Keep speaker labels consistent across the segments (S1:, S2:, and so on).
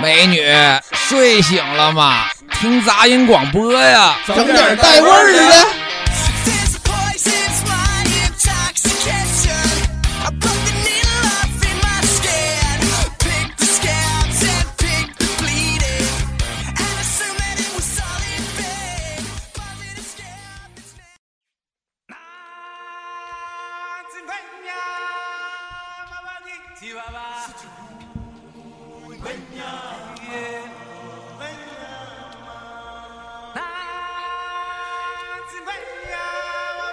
S1: 美女，睡醒了吗？听杂音广播呀！
S2: 整点带味儿的。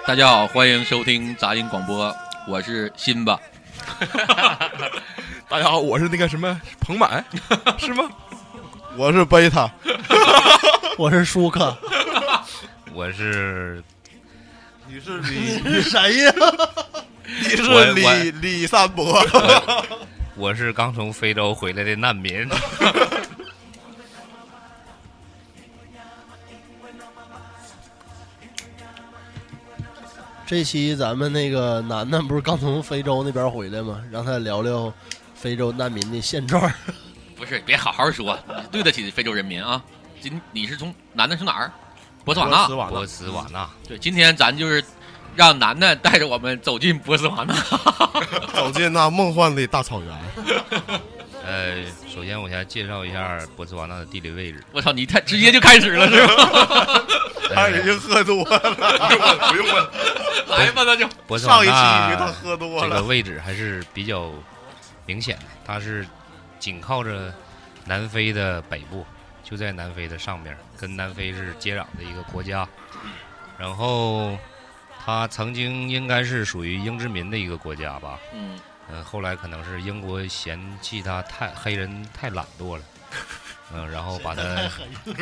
S3: 大家好，欢迎收听杂音广播，我是辛巴。
S4: 大家好，我是那个什么彭满，是吗？
S2: 我是贝塔，
S5: 我是舒克，
S6: 我是
S2: 你是李，
S5: 你是谁呀？
S2: 你
S6: 我
S2: 是
S6: 我
S2: 李李三伯，
S6: 我是刚从非洲回来的难民，
S5: 这期咱们那个楠楠不是刚从非洲那边回来吗？让他聊聊非洲难民的现状。
S3: 不是，别好好说，你对得起非洲人民啊！今你是从男的从哪儿？博斯瓦纳。
S4: 瓦
S6: 波斯瓦纳。
S3: 对，今天咱就是让男的带着我们走进波斯瓦纳。
S2: 走进那梦幻的大草原。
S6: 呃，首先我先介绍一下波斯瓦纳的地 理位置。
S3: 我操，你太直接就开始了是吧？
S2: 他已
S6: 呃
S2: 经喝多了，
S4: 哎不用问，
S3: 来吧，那就
S6: 波斯
S2: 上
S6: 瓦
S2: 一期他
S6: 纳
S2: 喝多
S6: 这个
S2: 了。
S6: 位置还是比较明显的，它是紧靠着南非的北部，就在南非的上边，跟南非是接壤的一个国家。然后，它曾经应该是属于英殖民的一个国家吧？
S3: 嗯，
S6: 嗯，后来可能是英国嫌弃他太黑人太懒惰了，嗯，然后把他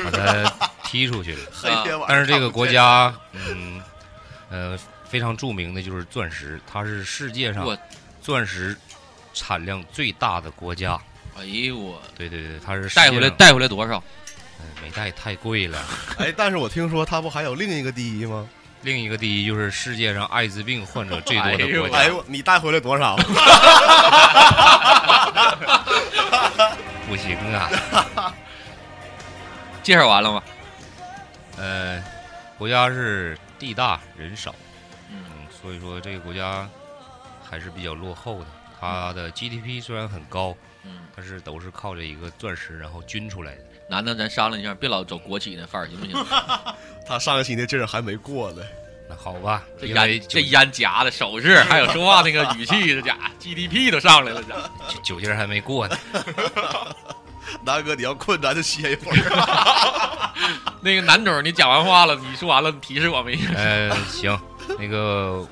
S6: 把他踢出去了。
S2: 黑天晚上看不见，
S6: 但是这个国家，嗯，呃，非常著名的就是钻石，它是世界上
S3: 我
S6: 钻石产量最大的国家。
S3: 哎呦我
S6: 对对对，它是世
S3: 带
S6: 界
S3: 回来
S6: 上
S3: 带回来多少？
S6: 嗯没带太贵了。
S2: 哎，但是我听说他不还有另一个第一吗？
S6: 另一个第一就是世界上艾滋病患者最多
S3: 哎
S6: 的
S3: 呦
S6: 国
S2: 哎
S6: 家，
S2: 呦，你带回来多少？
S6: 不行啊。
S3: 介绍完了吗？
S6: 呃，国家是地大人少，
S3: 嗯
S6: 嗯，所以说这个国家还是比较落后的。它的 GDP 虽然很高，
S3: 嗯，
S6: 但是都是靠着一个钻石然后均出来的。
S3: 男的咱商量一下，别老走国企那范儿，行不 行？
S2: 他上一期那劲儿还没过呢。
S6: 那好吧，
S3: 这
S6: 因为
S3: 烟
S6: 酒
S3: 这烟夹的手势，还有说话那个语气，这家伙 GDP 都上来了，这家伙
S6: 酒酒劲儿还没过 呢。
S2: 南哥，你要困咱就歇一会儿。
S3: 那个男总，你讲完话了，你说完了，你提示我们一下。
S6: 呃，行，那个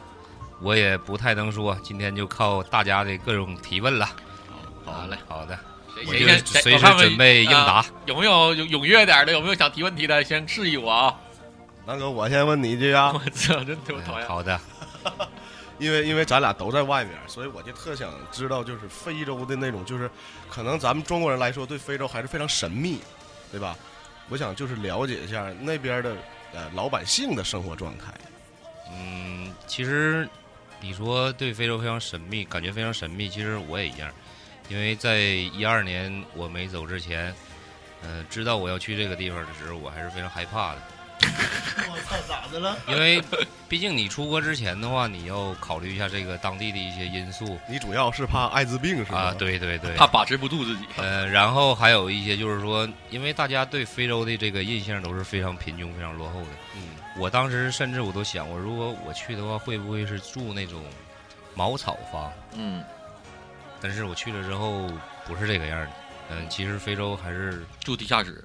S6: 我也不太能说，今天就靠大家的各种提问了。嗯
S3: 好嘞，
S6: 好的，我
S3: 谁
S6: 就
S3: 先
S6: 随时准备应。
S3: 我看看。
S6: 答
S3: 啊有没有踊踊跃点儿的？有没有想提问题的？先示意我啊！
S2: 南哥，我先问你一句啊
S3: 我，操，真他妈讨
S6: 嗯
S3: 厌！
S6: 好的，
S2: 因为因为咱俩都在外面，所以我就特想知道，就是非洲的那种，就是可能咱们中国人来说，对非洲还是非常神秘，对吧？我想就是了解一下那边的呃老百姓的生活状态。
S6: 嗯，其实你说对非洲非常神秘，感觉非常神秘，其实我也一样，因为在一二年我没走之前，呃，知道我要去这个地方的时候，我还是非常害怕的，
S5: 我操，咋的了？
S6: 因为毕竟你出国之前的话，你要考虑一下这个当地的一些因素
S2: 你主要是怕艾滋病是吧？
S6: 啊，，对对对，
S3: 怕把持不住自己。
S6: 呃，然后还有一些就是说，因为大家对非洲的这个印象都是非常贫穷、非常落后的。
S2: 嗯，
S6: 我当时甚至我都想，我如果我去的话，会不会是住那种茅草房？
S3: 嗯，
S6: 但是我去了之后不是这个样儿的。嗯，其实非洲 还是，
S3: 住地下室。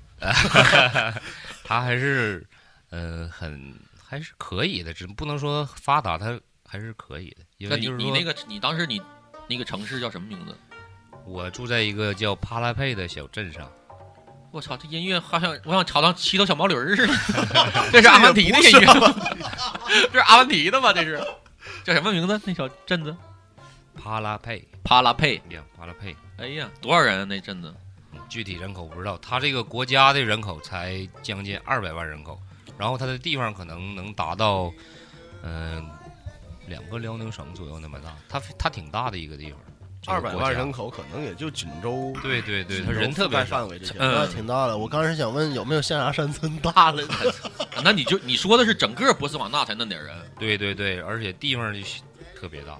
S6: 它还是，呃，很还是可以的，只不能说发达，它还是可以的。因
S3: 那
S6: 为
S3: 你
S6: 就是
S3: 你
S6: 说，
S3: 那个你当时你那个城市叫什么名字？
S6: 我住在一个叫帕拉佩的小镇上，
S3: 我操，这音乐好像我想朝上骑头小毛驴儿似 的。这是阿啊凡提的音乐吗， 这是阿凡提的吗？这 是叫什么名字？那小镇子
S6: 帕拉佩，
S3: 帕拉佩。
S6: 两帕拉佩，
S3: 哎呀，多少人啊？那镇子？
S6: 嗯具体人口不知道，它这个国家的人口才将近二百万人口，然后它的地方可能能达到，呃嗯、两个辽宁省左右那么大，它它挺大的一个地方，这
S2: 二
S6: 个
S2: 百
S6: 国家
S2: 万人口可能也就锦州，
S6: 对对对，他
S2: 锦州
S6: 人特
S2: 覆盖
S6: 别少。
S2: 范围这些。
S3: 嗯
S5: 那啊挺大的。我刚才想问有没有象牙山村大了？
S3: 那你就你说的是整个博茨瓦纳才那点人，
S6: 对对对，而且地方就特别大，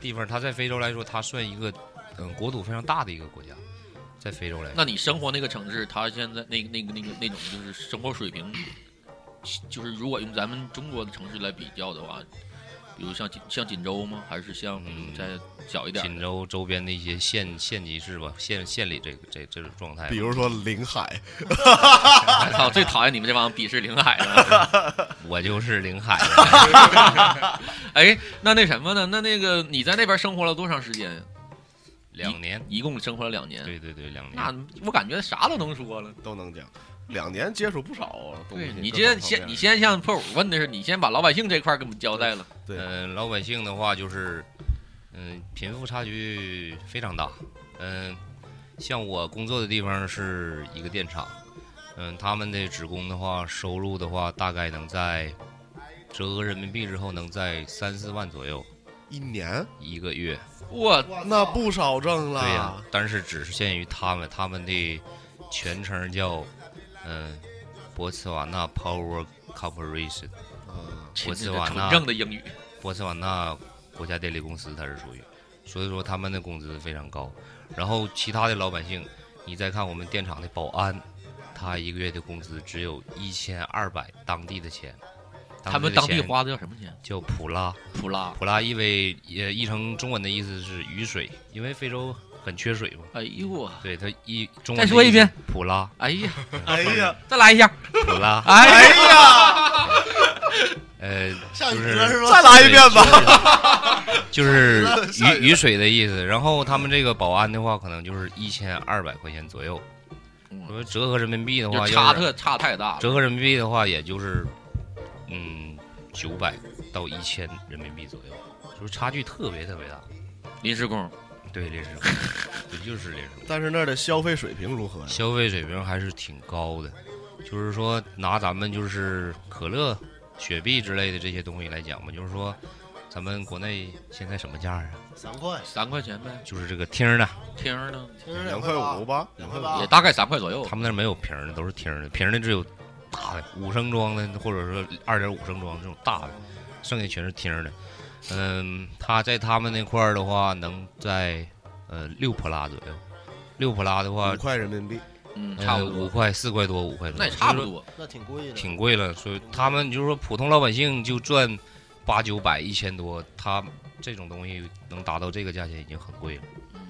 S6: 地方它在非洲来说，它算一个嗯国土非常大的一个国家，在非洲来说，
S3: 那你生活那个城市，他现在那那个那个那种就是生活水平，就是如果用咱们中国的城市来比较的话，比如像锦像锦州吗？还是像比如
S6: 嗯
S3: 再小一点
S6: 锦
S3: 的？
S6: 州周边的一些县县级市吧，县县里这个这这种状态吧，
S2: 比如说临海，
S3: 我啊操，最讨厌你们这帮鄙视领海 的。
S6: 我就是临 海的，
S3: 哎，那那什么呢？那那个你在那边生活了多长时间呀？
S6: 两年，
S3: 一共生活了两年。
S6: 对对对，两
S3: 那
S6: 年，
S3: 我感觉啥都能说了。
S2: 都能讲。两年接触不少啊，东西
S3: 对你
S2: 各
S3: 这
S2: 种方
S3: 先
S2: 面
S3: 你先向破五问的是，你先把老百姓这块儿给我们交代了。
S2: 对
S6: 嗯，老百姓的话就是，嗯，贫富差距非常大，嗯，像我工作的地方是一个电厂，嗯，他们的职工的话，收入的话，大概能在折合人民币之后能在三四万左右
S2: 一年，
S6: 一个月，
S3: 我
S2: 那不少挣了。
S6: 对呀、但是只是限于他们，他们的全称叫嗯、博茨瓦纳 Power Corporation，
S2: 嗯
S6: 博
S3: 亲
S6: 茨
S3: 自
S6: 瓦
S3: 纯
S6: 纳
S3: 正的英语，
S6: 波茨瓦纳国家电力公司，它是属于，所以说他们的工资非常高。然后其他的老百姓，你再看我们电厂的保安，他一个月的工资只有一千二百当地的钱，
S3: 他们
S6: 的
S3: 当地
S6: 钱
S3: 花的叫什么钱？
S6: 叫普拉，
S3: 普拉。
S6: 普拉意为也译成中文的意思是雨水，因为非洲很缺水嘛。
S3: 哎呦，
S6: 对他一中文
S3: 再
S6: 的
S3: 说一
S6: 意思
S3: 遍，
S6: 普拉
S3: 哎呀，
S2: 哎 呀，
S3: 再来一下，
S6: 普拉，
S3: 哎呀，
S6: 呃，
S5: 像
S6: 就
S5: 你
S6: 是
S5: 这是吧？
S2: 再来一遍吧。
S6: 就是雨雨水的意思。然后他们这个保安的话，可能就是一千二百块钱左右。
S3: 嗯
S6: 因为折合人民币的话，
S3: 就
S6: 要
S3: 差
S6: 是
S3: 特差太大了。
S6: 折合人民币的话，也就是嗯九百到一千人民币左右，就是差距特别特别大。
S3: 临时工，
S6: 对，这是， 对，就是这是。
S2: 但是那儿的消费水平如何呀？
S6: 消费水平还是挺高的，就是说拿咱们就是可乐、雪碧之类的这些东西来讲吧，就是说咱们国内现在什么价啊？
S5: 三块，
S3: 三块钱呗，
S6: 就是这个听儿的，
S3: 听着呢，
S5: 听着
S2: 两块五
S5: 吧，
S2: 吧，
S5: 两
S2: 两
S5: 块
S2: 块
S5: 八
S2: 五。
S3: 也大概三块左右
S6: 他。们那儿没有瓶儿的，都是听儿的，瓶儿的只有大的五升装的，或者说二点五升装这种大的，剩下全是听儿的。嗯，他在他们那块儿的话，能在呃六普拉左右，六普拉的话
S2: 五，块人民币，
S3: 嗯，
S6: 呃
S3: 差不
S6: 五
S3: 多，
S6: 块四块多，五块多，
S3: 那也差不
S6: 就是
S3: 多。
S5: 那挺贵的。
S6: 挺贵了。所以他们就是说普通老百姓就赚八九百、一千多，他这种东西能达到这个价钱已经很贵了。
S3: 嗯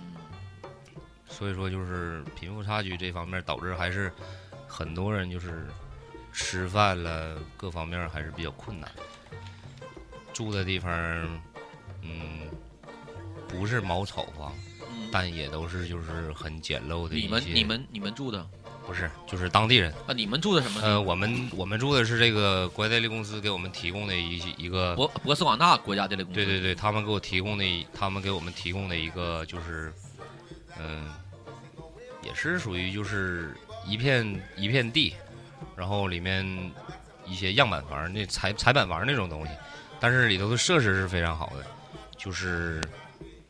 S6: 所以说就是贫富差距这方面导致还是很多人就是吃饭了各方面还是比较困难，住的地方嗯不是茅草房，
S3: 嗯，
S6: 但也都是就是很简陋的一些
S3: 你们你们你们住的
S6: 不是就是当地人，
S3: 啊？你们住的什么
S6: 呃
S3: 地？
S6: 我们我们住的是这个国家电力公司给我们提供的一些一个
S3: 博博斯瓦纳国家电力公司。
S6: 对对对，他们给我提供的一，他们给我们提供的一个就是，嗯、也是属于就是一片一片地，然后里面一些样板房、那彩彩板房那种东西，但是里头的设施是非常好的，就是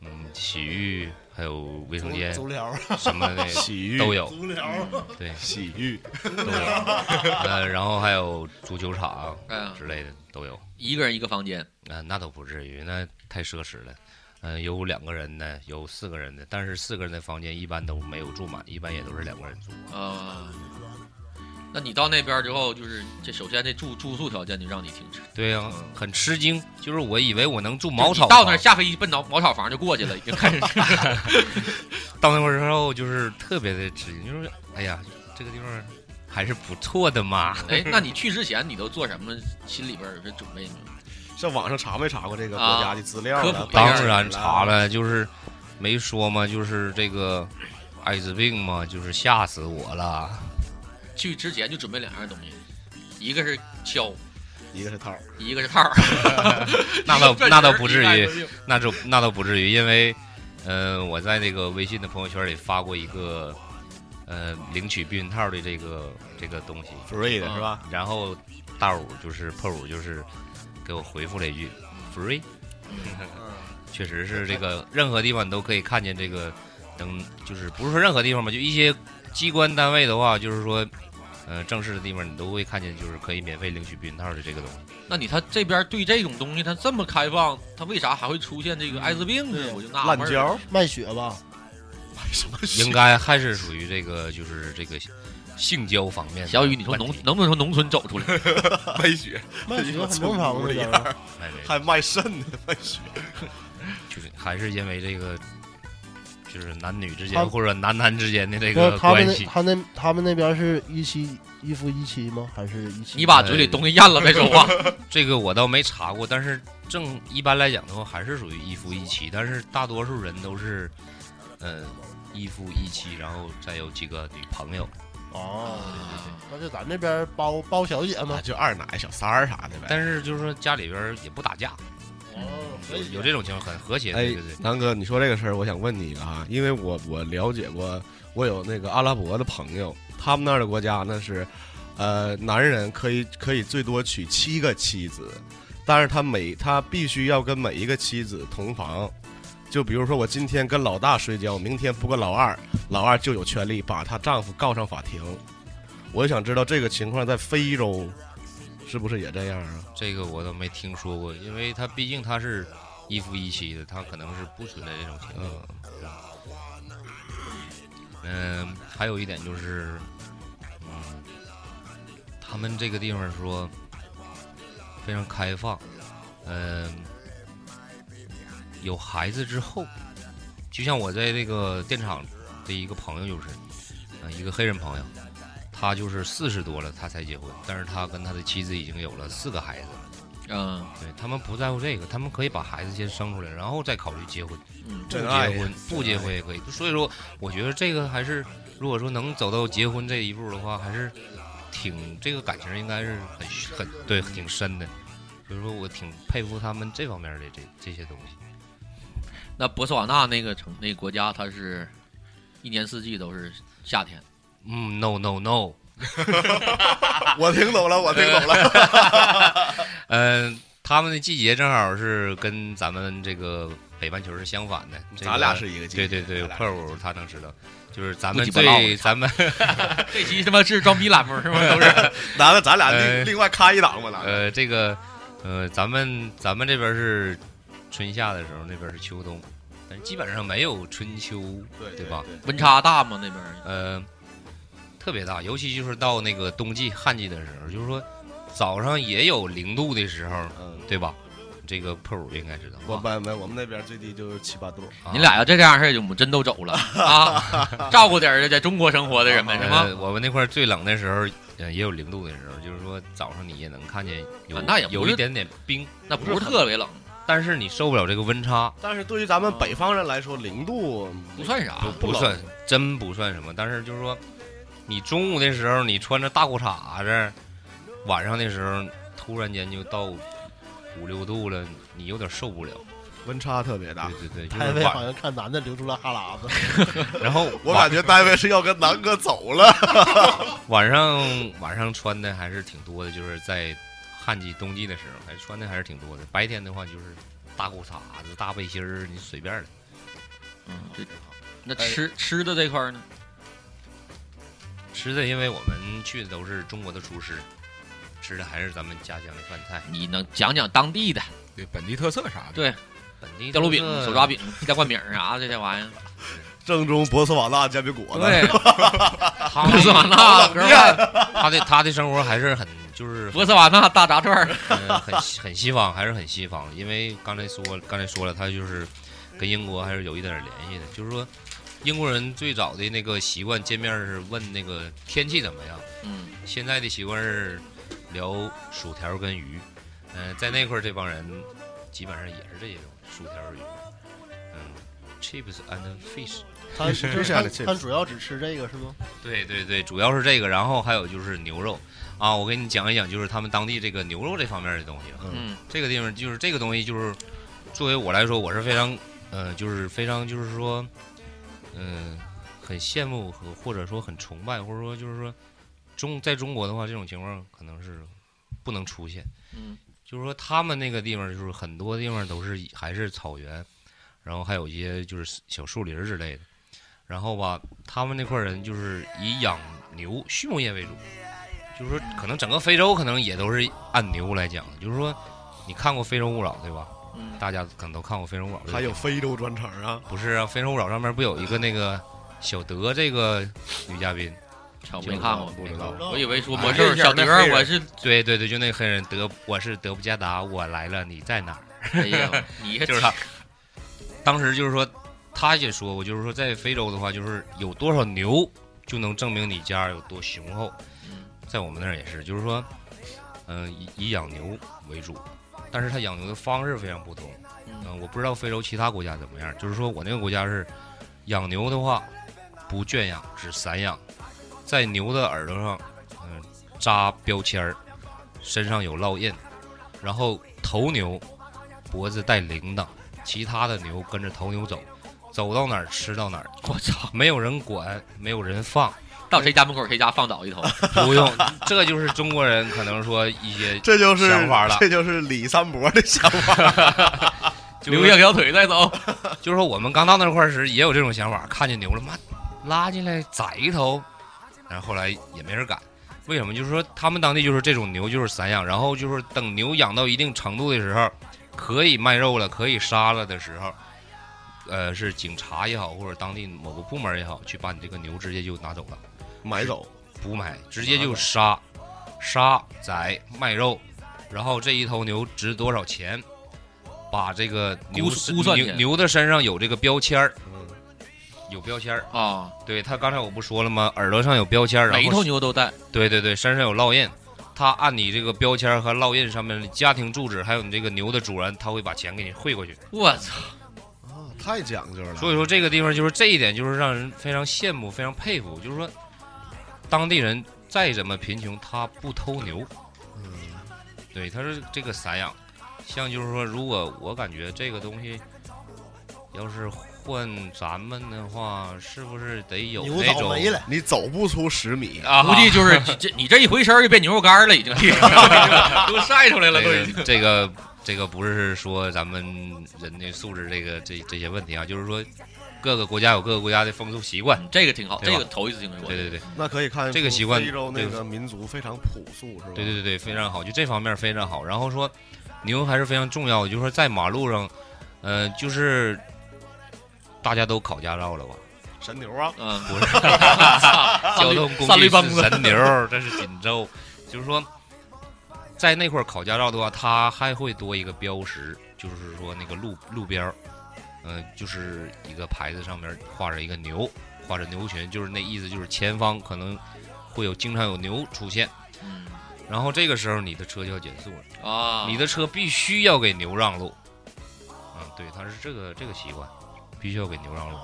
S6: 嗯，洗浴还有卫生间
S5: 足疗，
S6: 什么的
S2: 洗浴
S6: 都，有，
S5: 足疗，
S6: 对
S2: 洗浴，
S6: 都有，呃，然后还有足球场
S3: 嗯，
S6: 之类的都有。
S3: 一个人一个房间，
S6: 啊，那倒不至于，那太奢侈了。嗯、有两个人的，有四个人的，但是四个人的房间一般都没有住满，一般也都是两个人住。
S3: 啊。那你到那边之后，就是这首先这住住宿条件就让你挺吃，
S6: 对呀、很吃惊，就是我以为我能住茅
S3: 就
S6: 草
S3: 你到那儿
S6: 房
S3: 下飞机奔到茅草房就过去 了，已经开始。
S6: 到那块儿之后就是特别的吃惊，就是哎呀，这个地方还是不错的嘛。
S3: 哎，那你去之前你都做什么？心里边有些准备没？
S2: 上网上查没查过这个国家的资料啊？
S3: 啊科普一下
S2: 背景
S6: 当然
S2: 啊
S6: 查，了，就是没说嘛，就是这个艾滋病嘛，就是吓死 我了。
S3: 去之前就准备两样东西，一个是锹，
S2: 一个是套儿，
S3: 一个是套儿。
S6: 那倒那倒不至
S3: 一
S6: 于
S3: 个，是
S6: 那就那倒不至于，因为，呃，我在那个微信的朋友圈里发过一个，呃，领取避孕套的这个这个东西，
S2: free 的
S3: 嗯
S2: 是吧？
S6: 然后大五就是破五就是给我回复了一句 free，
S5: 嗯
S6: 确实是这个任何地方你都可以看见这个能，就是不是说任何地方吧，就一些机关单位的话，就是说，呃，正式的地方你都会看见，就是可以免费领取避孕套的这个东西。
S3: 那你他这边对这种东西他这么开放，他为啥还会出现这个艾滋病呢？我就纳
S2: 烂
S3: 闷儿了。
S2: 胶，
S5: 卖血吧，
S2: 什么
S6: 应该还是属于这个，就是这个性交方面的问题。
S3: 小雨，你从农能不能从农村走出来？
S4: 卖血，
S5: 卖血很正常的
S2: 这个
S5: 呀。
S6: 哎对
S2: 还卖肾呢，卖血，
S6: 就是还是因为这个，就是男女之
S5: 他
S6: 间或者男男之间的
S5: 那
S6: 这个
S5: 他们
S6: 关
S5: 那
S6: 系。
S5: 他那他们那边是一妻一夫一妻吗？还是一妻？
S3: 你把嘴里东西咽了再说 话。
S6: 这个我倒没查过，但是正一般来讲的话，还是属于一夫一妻，但是大多数人都是，呃，一夫一妻，然后再有几个女朋友。
S5: 啊，那就咱这边包包小姐
S2: 啊
S5: 嘛。
S2: 就二奶、小三儿啥的
S5: 哎
S2: 呗。
S6: 但是就是说家里边儿也不打架，
S5: 哦，
S6: 有嗯有这种情况很和谐，
S2: 哎
S6: 对对对。
S2: 南哥，你说这个事儿，我想问你一个哈，因为我我了解过，我有那个阿拉伯的朋友，他们那儿的国家那是，呃，男人可以可以最多娶七个妻子，但是他每他必须要跟每一个妻子同房。就比如说，我今天跟老大睡觉，明天不跟老二，老二就有权利把她丈夫告上法庭。我就想知道这个情况在非洲是不是也这样啊？
S6: 这个我倒没听说过，因为他毕竟他是一夫一妻的，他可能是不存在这种情
S2: 嗯
S6: 况。嗯、还有一点就是，嗯，他们这个地方说非常开放，嗯、有孩子之后，就像我在这个电厂的一个朋友就是，呃，一个黑人朋友，他就是四十多了他才结婚，但是他跟他的妻子已经有了四个孩子。
S3: 嗯
S6: 对他们不在乎这个，他们可以把孩子先生出来，然后再考虑结婚。
S3: 嗯，
S6: 不
S2: 真
S6: 结
S2: 爱
S6: 婚
S2: 呀
S6: 不结婚也可以。所以说，我觉得这个还是，如果说能走到结婚这一步的话，还是挺这个感情应该是很很对挺深的。所以说我挺佩服他们这方面的这这些东西。
S3: 那博茨瓦纳那个城那个国家，它是一年四季都是夏天。
S6: 嗯，no no no，
S2: 啊我听懂了，我听懂了。
S6: 嗯、他们的季节正好是跟咱们这个北半球是相反的。这个、
S2: 咱俩是一个季
S6: 对
S2: 节，
S6: 对
S2: 咱
S6: 对，
S2: 俩
S6: 克五他能知道，就是咱
S3: 不
S6: 们
S3: 鸡巴唠
S6: 对咱们
S3: 这期他妈是装逼栏目是吗？都是
S2: 男的，咱俩
S6: 哎
S2: 另另外开一档吧，男的。
S6: 呃，这个，呃，咱们咱们这边是春夏的时候，那边是秋冬，但基本上没有春秋，
S2: 对
S6: 对吧？
S3: 温差大吗？那边儿
S6: 呃，特别大，尤其就是到那个冬季、旱季的时候，就是说早上也有零度的时候，
S2: 嗯，
S6: 对吧？这个破五应该知道
S2: 我
S6: 吧。
S2: 们没我们那边最低就是七八度，
S6: 啊
S3: 你俩要这样式儿，就我们真都走了 啊！哎照顾点儿在中国生活的人们是吗？
S6: 呃，我们那块儿最冷的时候，呃，也有零度的时候，就是说早上你也能看见有、
S3: 啊那也不
S6: 有
S3: 是
S6: 一点点冰，
S3: 那不是特别冷，
S6: 但是你受不了这个温差，
S2: 但是对于咱们北方人来说，零度
S3: 啊不算啥
S6: 不。
S2: 不
S6: 不
S2: 冷
S6: 算，真不算什么。但是就是说，你中午的时候你穿着大裤衩子，晚上的时候突然间就到五六度了，你有点受不了。
S2: 温差特别大。
S6: 对对对，
S5: 太
S6: 就
S5: 尉
S6: 是
S5: 好
S6: 晚。
S5: 像看男的流出了哈喇 子，
S6: 然后
S2: 我
S6: 晚
S2: 感觉单位是要跟南哥走了，
S6: 晚上晚上穿的还是挺多的，就是在旱季、冬季的时候，还穿的还是挺多的。白天的话就是大裤衩子、大背心儿，你随便儿的。
S3: 嗯，这那吃吃的这块儿呢？
S6: 吃的，因为我们去的都是中国的厨师，吃的还是咱们家乡的饭菜，
S3: 你能讲讲当地的
S4: 对本地特色啥的。
S3: 对
S6: 本地
S3: 吊炉饼
S6: 特、色
S3: 手抓饼、鸡蛋灌饼啥这些玩意儿？
S2: 正宗博斯瓦纳煎饼果子。
S3: 对，
S6: 他
S3: 博茨瓦纳哥们儿，
S6: 他的他的生活还是很就是
S3: 博茨瓦纳大炸串儿，
S6: 呃很西很西方，还是很西方。因为刚才说刚才说了，他就是跟英国还是有一点儿联系的。就是说，英国人最早的那个习惯见面是问那个天气怎么样，
S3: 嗯，
S6: 现在的习惯是聊薯条跟鱼。嗯、在那块儿这帮人基本上也是这些东西，薯条鱼，嗯，chips and fish。
S5: 他
S2: 是
S5: 就是
S2: 这
S5: 他
S2: 样的这
S5: 他主要只吃这个是吗？
S6: 对对对，主要是这个，然后还有就是牛肉啊，我给你讲一讲，就是他们当地这个牛肉这方面的东西。
S3: 嗯，
S6: 这个地方就是这个东西，就是作为我来说，我是非常呃，就是非常就是说，嗯、很羡慕和或者说很崇拜，或者说就是说中在中国的话，这种情况可能是不能出现。
S3: 嗯，
S6: 就是说他们那个地方，就是很多地方都是以还是草原，然后还有一些就是小树林儿之类的。然后吧，他们那块儿人就是以养牛、畜牧业为主，就是说可能整个非洲可能也都是按牛来讲的，就是说你看过《非洲勿扰》对吧？
S3: 嗯，
S6: 大家可能都看过《非洲勿扰》这个
S2: 还有
S6: 片子
S2: 非洲专场啊，
S6: 不是啊？《非诚勿扰》上面不有一个那个小德这个女嘉宾？
S3: 哦我没看过，
S6: 不知道。
S3: 我以为说
S4: 啊
S3: 魔
S4: 认
S3: 兽
S4: 识
S3: 小
S4: 那
S3: 德
S4: 黑人，
S3: 我 是
S6: 对对对，就那黑人德，我是德布加达，我来了，你在哪儿？
S3: 哎呀，你
S6: 就是他。当时就是说，他也说过，就是说在非洲的话，就是有多少牛就能证明你家有多雄厚。
S3: 嗯
S6: 在我们那儿也是，就是说，嗯、以以养牛为主，但是他养牛的方式非常不同。嗯、
S3: 嗯
S6: 我不知道非洲其他国家怎么样，就是说我那个国家是养牛的话，不圈养，只散养，在牛的耳朵上，嗯、扎标签儿，身上有烙印，然后头牛脖子带铃铛，其他的牛跟着头牛走，走到哪儿吃到哪儿，
S3: 我操，
S6: 没有人管，没有人放，
S3: 到谁家门口谁家放倒一头，
S6: 不用，这就是中国人可能说一些
S2: 这就是
S6: 想法了
S2: 这就是李三伯的想法。
S6: 就是
S3: 留下条腿再 走。
S6: 就是说我们刚到那块儿时也有这种想法，看见牛了，妈拉进来宰一头，然后后来也没人敢。为什么？就是说他们当地就是这种牛就是散养，然后就是等牛养到一定程度的时候，可以卖肉了，可以杀了的时候，呃，是警察也好，或者当地某个部门也好，去把你这个牛直接就拿走了，
S2: 买走，
S6: 不买，直接就杀，杀宰卖肉，然后这一头牛值多少钱，把这个牛
S3: 估估算
S6: 牛
S3: 钱
S6: 牛的身上有这个标签儿。
S2: 嗯，
S6: 有标签儿，
S3: 啊，
S6: 对他刚才我不说了吗？耳朵上有标签儿，然
S3: 每一
S6: 后
S3: 头牛都带，
S6: 对对对，身上有烙印。他按你这个标签儿和烙印上面的家庭住址，还有你这个牛的主人，他会把钱给你汇过去。
S3: 我操，
S2: 啊太讲究了。
S6: 所以说这个地方就是这一点，就是让人非常羡慕、非常佩服。就是说，当地人再怎么贫穷，他不偷牛，
S2: 嗯
S6: 对，他是这个散养。像就是说，如果我感觉这个东西，要是换咱们的话，是不是得有
S5: 牛
S6: 那
S5: 倒
S6: 种
S5: 霉了，
S2: 你走不出十米，
S6: 啊？
S3: 估计就是这这你这一回身儿就变牛肉干儿了，已 经都晒出来了，都已经。
S6: 这个这个这个不是说咱们人的素质这个这这些问题啊，就是说各个国家有各个国家的风俗习惯。
S3: 嗯这个挺好，
S6: 对
S3: 这
S6: 吧
S3: 个头一次听说。
S6: 对对对，
S2: 那可以看
S6: 这个习惯
S2: 非洲那
S6: 对
S2: 个民族非常朴素，是吧？
S6: 对对对对，非常好，就这方面非常好。然后说牛还是非常重要的，就是说在马路上，呃，就是大家都考驾照了吧？
S2: 神牛啊，
S3: 嗯，
S6: 不是交通 工
S3: 三
S6: 具
S3: 驴三驴
S6: 是神牛，这是锦州，就是说。在那块儿考驾照的话，它还会多一个标识，就是说那个路路标儿，嗯、就是一个牌子上面画着一个牛，画着牛群，就是那意思，就是前方可能会有经常有牛出现，
S3: 嗯
S6: 然后这个时候你的车就要减速了，
S3: 啊，
S6: 你的车必须要给牛让路，嗯，对，它是这个这个习惯，必须要给牛让路，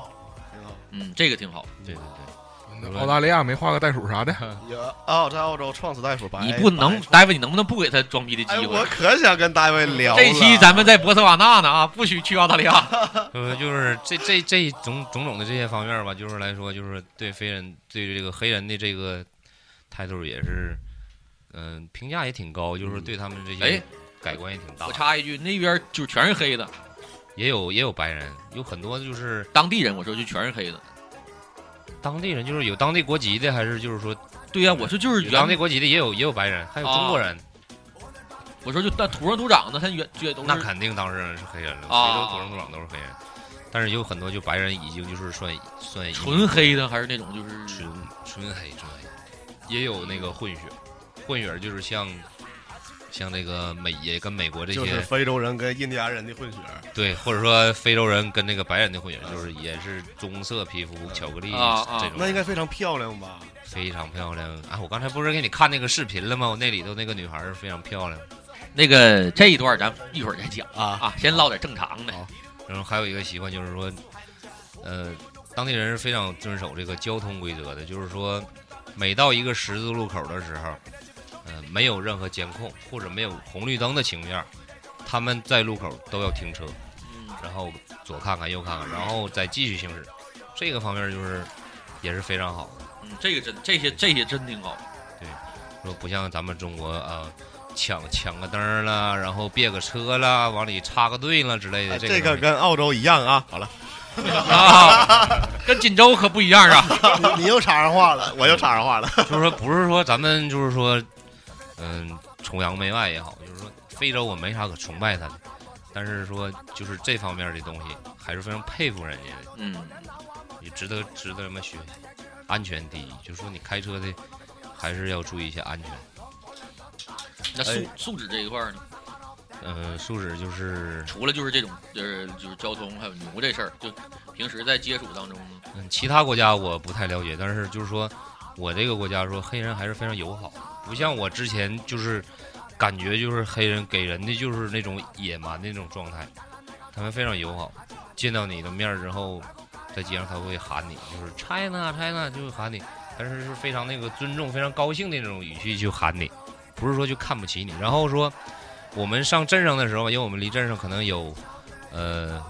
S3: 嗯，这个挺好。
S6: 对对对，
S4: 那澳大利亚没画个袋 鼠啥的，
S2: 也啊，在澳洲创始大夫白，
S3: 你不能，
S2: 白
S3: 大卫，你能不能不给他装逼的
S2: 哎，
S3: 机
S2: 我
S3: 会？
S2: 可想跟大卫聊了。
S3: 这期咱们在博茨瓦纳呢啊，不许去澳大利亚。
S6: 呃，就是这这这种种种的这些方面吧，就是来说，就是对非人对这个黑人的这个态度也是，嗯、评价也挺高，就是对他们这
S3: 哎
S6: 些改观也挺大
S3: 我，插一句，那边就全是黑的，
S6: 也有也有白人，有很多就是
S3: 当地人，我说就全是黑的。
S6: 当地人，就是有当地国籍的，还是就是说
S3: 对呀、我说就是哦
S6: 有当地
S3: 原，
S6: 国籍的也有也有白人，还有中国人，
S3: 我说就那土生土长的，他原这都是
S6: 那肯定当事人是黑人了，
S3: 啊
S6: 非洲土生土长都是黑人，但是有很多就白人已经就是算算移民
S3: 纯黑的，还是那种就是
S6: 纯纯黑纯黑，也有那个混血，混血就是像像那个美也跟美国这些、
S2: 就是非洲人跟印第安人的混血，
S6: 对，或者说非洲人跟那个白人的混血，就是也是棕色皮肤、巧克力
S3: 啊啊
S6: 这种，
S2: 那应该非常漂亮吧？
S6: 非常漂亮啊！我刚才不是给你看那个视频了吗？我那里头那个女孩儿非常漂亮，
S3: 那个这一段，咱一会儿再讲
S2: 啊，
S3: 啊，先唠点正常的
S6: 好。然后还有一个习惯就是说，呃，当地人是非常遵守这个交通规则的，就是说，每到一个十字路口的时候，呃，没有任何监控或者没有红绿灯的情况下，他们在路口都要停车，
S3: 嗯
S6: 然后左看看右看看，然后再继续行驶。这个方面就是也是非常好的，
S3: 嗯，这个真，这些这些真挺好。
S6: 说不像咱们中国啊、抢抢个灯儿啦，然后别个车啦，往里插个队啦之类的，
S2: 哎这
S6: 个东
S2: 个
S6: 西
S2: 跟澳洲一样啊。好了，
S6: 啊，跟锦州可不一样 啊。
S2: 你又插上话了，我又插上话了。
S6: 就是说，不是说咱们就是说，嗯、崇洋媚外也好，就是说非洲我没啥可崇拜他的，但是说就是这方面的东西还是非常佩服人家的。
S3: 嗯，
S6: 也值得值得咱们学习。安全第一，就是说你开车的还是要注意一下安全。
S3: 那素
S2: 哎
S3: 素质这一块儿呢，
S6: 呃，素质就是，
S3: 除了就是这种就是就是交通还有牛这事儿，就平时在接触当中呢，
S6: 嗯，其他国家我不太了解，但是就是说我这个国家说黑人还是非常友好，不像我之前就是感觉就是黑人给人的就是那种野蛮的那种状态，他们非常友好，见到你的面儿之后，在街上他会喊你，就是 China China 就会喊你，但是是非常那个尊重、非常高兴的那种语气去喊你，不是说就看不起你。然后说我们上镇上的时候，因为我们离镇上可能有呃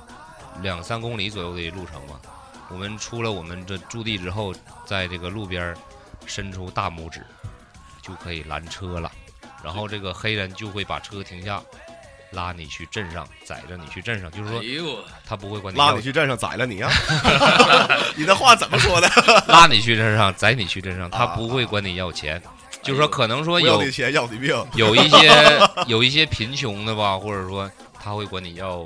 S6: 两三公里左右的路程吧，我们出了我们这驻地之后，在这个路边儿伸出大拇指就可以拦车了，然后这个黑人就会把车停下。拉你去镇上，载着你去镇上，就是说
S3: 哎呦，
S6: 他不会管你
S2: 拉
S6: 要
S2: 你去镇上宰了你啊！ 你的话怎么说的？
S6: 拉你去镇上，宰你去镇上，他
S2: 啊
S6: 不会管你要钱，就是说可能
S2: 不
S6: 说
S2: 要
S6: 有
S2: 你钱，要你命。
S6: 有一些有一些贫穷的吧，或者说他会管你要，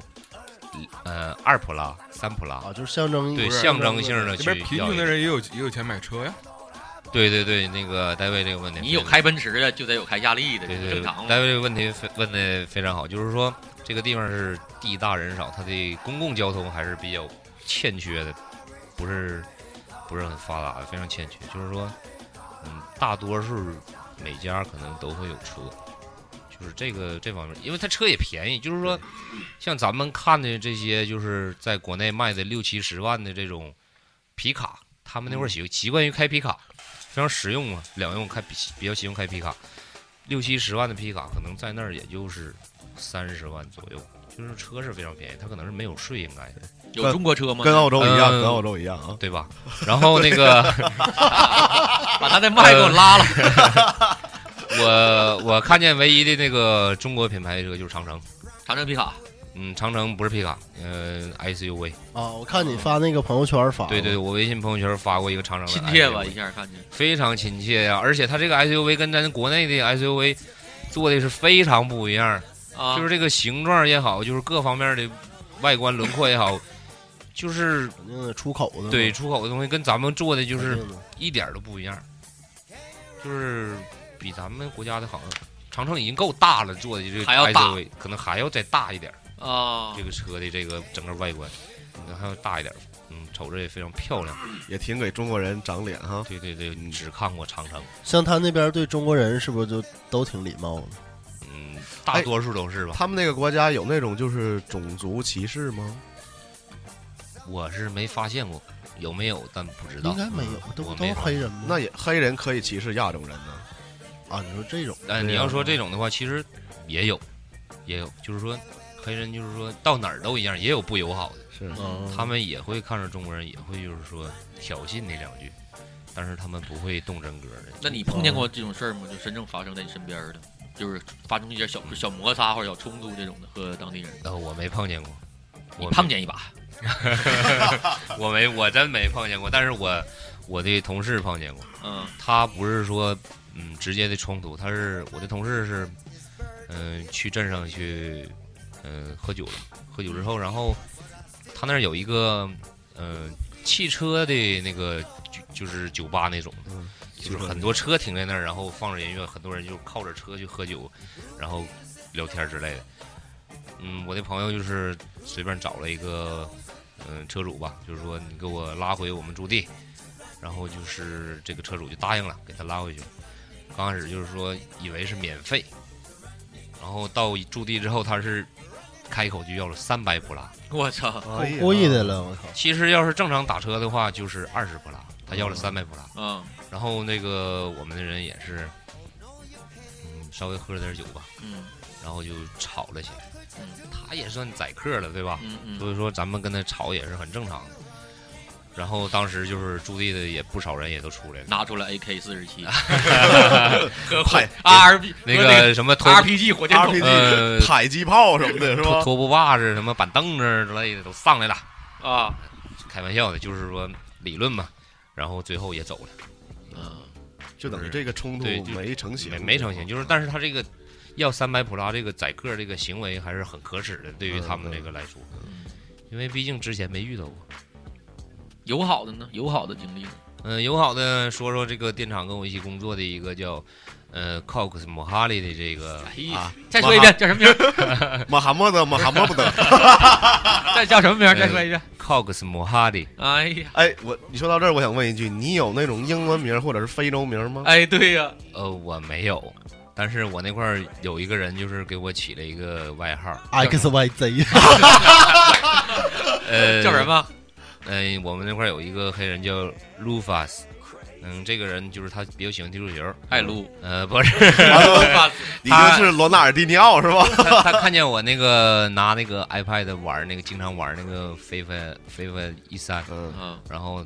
S6: 呃，二普拉、三普拉，
S5: 啊，就是象征
S6: 对，象征性的
S4: 这
S6: 去
S4: 边贫
S6: 要
S4: 穷
S6: 一
S4: 的人也有也有钱买车呀，
S6: 对对对，那个戴维这个问题，
S3: 你有开奔驰的就得有开夏利的，
S6: 对
S3: 这
S6: 对
S3: 正
S6: 对
S3: 常，嘛。
S6: 戴维这个问题非问的非常好，就是说这个地方是地大人少，它的公共交通还是比较欠缺的，不是不是很发达的，非常欠缺。就是说，嗯，大多数每家可能都会有车，就是这个这方面，因为它车也便宜，就是说，像咱们看的这些，就是在国内卖的六七十万的这种皮卡，他们那
S3: 嗯
S6: 会儿习习惯于开皮卡，非常实用嘛，两用开比较喜用开皮卡，六七十万的皮卡可能在那儿也就是三十万左右。就是车是非常便宜，它可能是没有税，应该是
S3: 有中国车吗？
S2: 跟澳洲一样，
S6: 嗯
S2: 跟澳洲一样啊！
S6: 对吧？然后那个
S3: 把他的麦
S6: 呃
S3: 给我拉了。
S6: 我我看见唯一的那个中国品牌车就是长城，
S3: 长城皮卡，
S6: 嗯，长城不是皮卡，呃，SUV。
S5: 啊。我看你发那个朋友圈发，
S6: 对对，，我微信朋友圈发过一个长城的
S3: 亲切吧，
S6: SUV
S3: 一下看见。
S6: 非常亲切呀、而且它这个 SUV 跟咱国内的 SUV 做的是非常不一样，
S3: 啊，
S6: 就是这个形状也好，就是各方面的外观轮廓也好，就是
S5: 肯定得出口的嘛，
S6: 对出口的东西跟咱们做的就
S5: 肯定
S6: 是
S5: 的，
S6: 一点儿都不一样，就是比咱们国家的好像长城已经够大了，做的这个
S3: 还要大
S6: SUV 可能还要再大一点儿。
S3: 啊
S6: 这，个车的这个整个外观，嗯还要大一点儿，嗯，瞅着也非常漂亮。
S2: 也挺给中国人长脸哈。
S6: 对对对，
S2: 嗯
S6: 只看过长城，
S5: 像他那边对中国人是不是就都挺礼貌的？
S6: 嗯，
S5: 哎
S6: 大多数都是吧。
S2: 他们那个国家有那种就是种族歧视吗？
S6: 我是没发现过有没有，但不知道嗯
S5: 应。该没有，都
S6: 我
S5: 都
S6: 没
S5: 是
S6: 发
S5: 黑人吗？
S2: 那也黑人可以歧视亚洲人呢？
S5: 啊，你说这种
S6: 哎
S5: 啊
S6: 但你要说这种的话，其实也有，也有，就是说黑人就是说到哪儿都一样，也有不友好的，
S2: 是
S5: 嗯
S6: 他们也会看着中国人，也会就是说挑衅你两句，但是他们不会动真格的。
S3: 那你碰见
S6: 嗯
S3: 过这种事儿吗？就真正发生在你身边儿的，就是发生一些小
S6: 嗯
S3: 小摩擦或者小冲突这种的，和当地人，
S6: 呃，我没碰见过，
S3: 你
S6: 我
S3: 碰见一把
S6: 我没我真没碰见过，但是我我的同事碰见过。
S3: 嗯，
S6: 他不是说嗯直接的冲突，他是我的同事是嗯、去镇上去嗯、喝酒了，喝酒之后，然后他那儿有一个嗯、汽车的那个就就是酒吧那种的，
S2: 嗯
S6: 就是很多车停在那儿，然后放着音乐，很多人就靠着车去喝酒，然后聊天之类的。嗯，我的朋友就是随便找了一个嗯、车主吧，就是说你给我拉回我们驻地，然后就是这个车主就答应了，给他拉回去。刚开始就是说以为是免费，然后到驻地之后他是开口就要了三百普拉，
S3: 我操
S5: 故
S2: 哎
S5: 故意的了，我靠！
S6: 其实要是正常打车的话就是二十普拉，他要了三百普拉。
S3: 啊，
S6: 然后那个我们的人也是，嗯，稍微喝了点酒吧，
S3: 嗯
S6: 然后就吵了起来。
S3: 嗯
S6: 他也算宰客了，对吧？
S3: 嗯嗯
S6: 所以说咱们跟他吵也是很正常的。然后当时就是驻地的也不少人也都出来了，
S3: 拿出来 AK 四十 七 和
S2: 嗨
S3: RP
S6: 那个什么拖
S3: RPG 火箭筒
S2: RPG
S6: 呃
S2: 迫击炮什么的是
S6: 拖
S2: 吧？
S6: 拖布把子、什么板凳子之类的都上来了，
S3: 啊，
S6: 开玩笑的，就是说理论嘛，然后最后也走了，
S3: 嗯，
S2: 就等于这个冲突
S6: 对就
S2: 没成型，
S6: 没哎没成型，
S3: 啊
S6: 就是但是他这个要三百普拉这个宰客这个行为还是很可耻的，对于他们这
S3: 嗯
S6: 个来说，因为毕竟之前没遇到过。
S3: 友好的呢，友好的经历呢，
S6: 嗯，友好的说说这个电厂跟我一起工作的一个叫呃 Cox 莫哈利的这个
S3: 哎
S2: 啊！
S3: 再说一遍，叫什么名儿？
S2: 马哈默德，马哈默不德。
S3: 再叫什么名儿？再说一遍。
S6: Cox 莫哈利，
S3: 哎呀，
S2: 哎，我你说到这儿，我想问一句，你有那种英文名或者是非洲名吗？
S3: 哎，对呀，
S6: 呃，我没有，但是我那块儿有一个人就是给我起了一个外号，
S5: X Y Z，
S6: 呃，
S3: 叫什？么？
S6: 嗯、我们那块儿有一个黑人叫 Lufas，嗯，这个人就是他比较喜欢踢足球，
S3: 艾露，
S6: 呃，不是，
S3: 啊
S2: 已经是罗纳尔迪尼奥是吧？
S6: 他他看见我那个拿那个 iPad 玩儿那个，经常玩儿那个 FIFA FIFA 一三，
S2: 嗯，
S3: 嗯
S6: 然后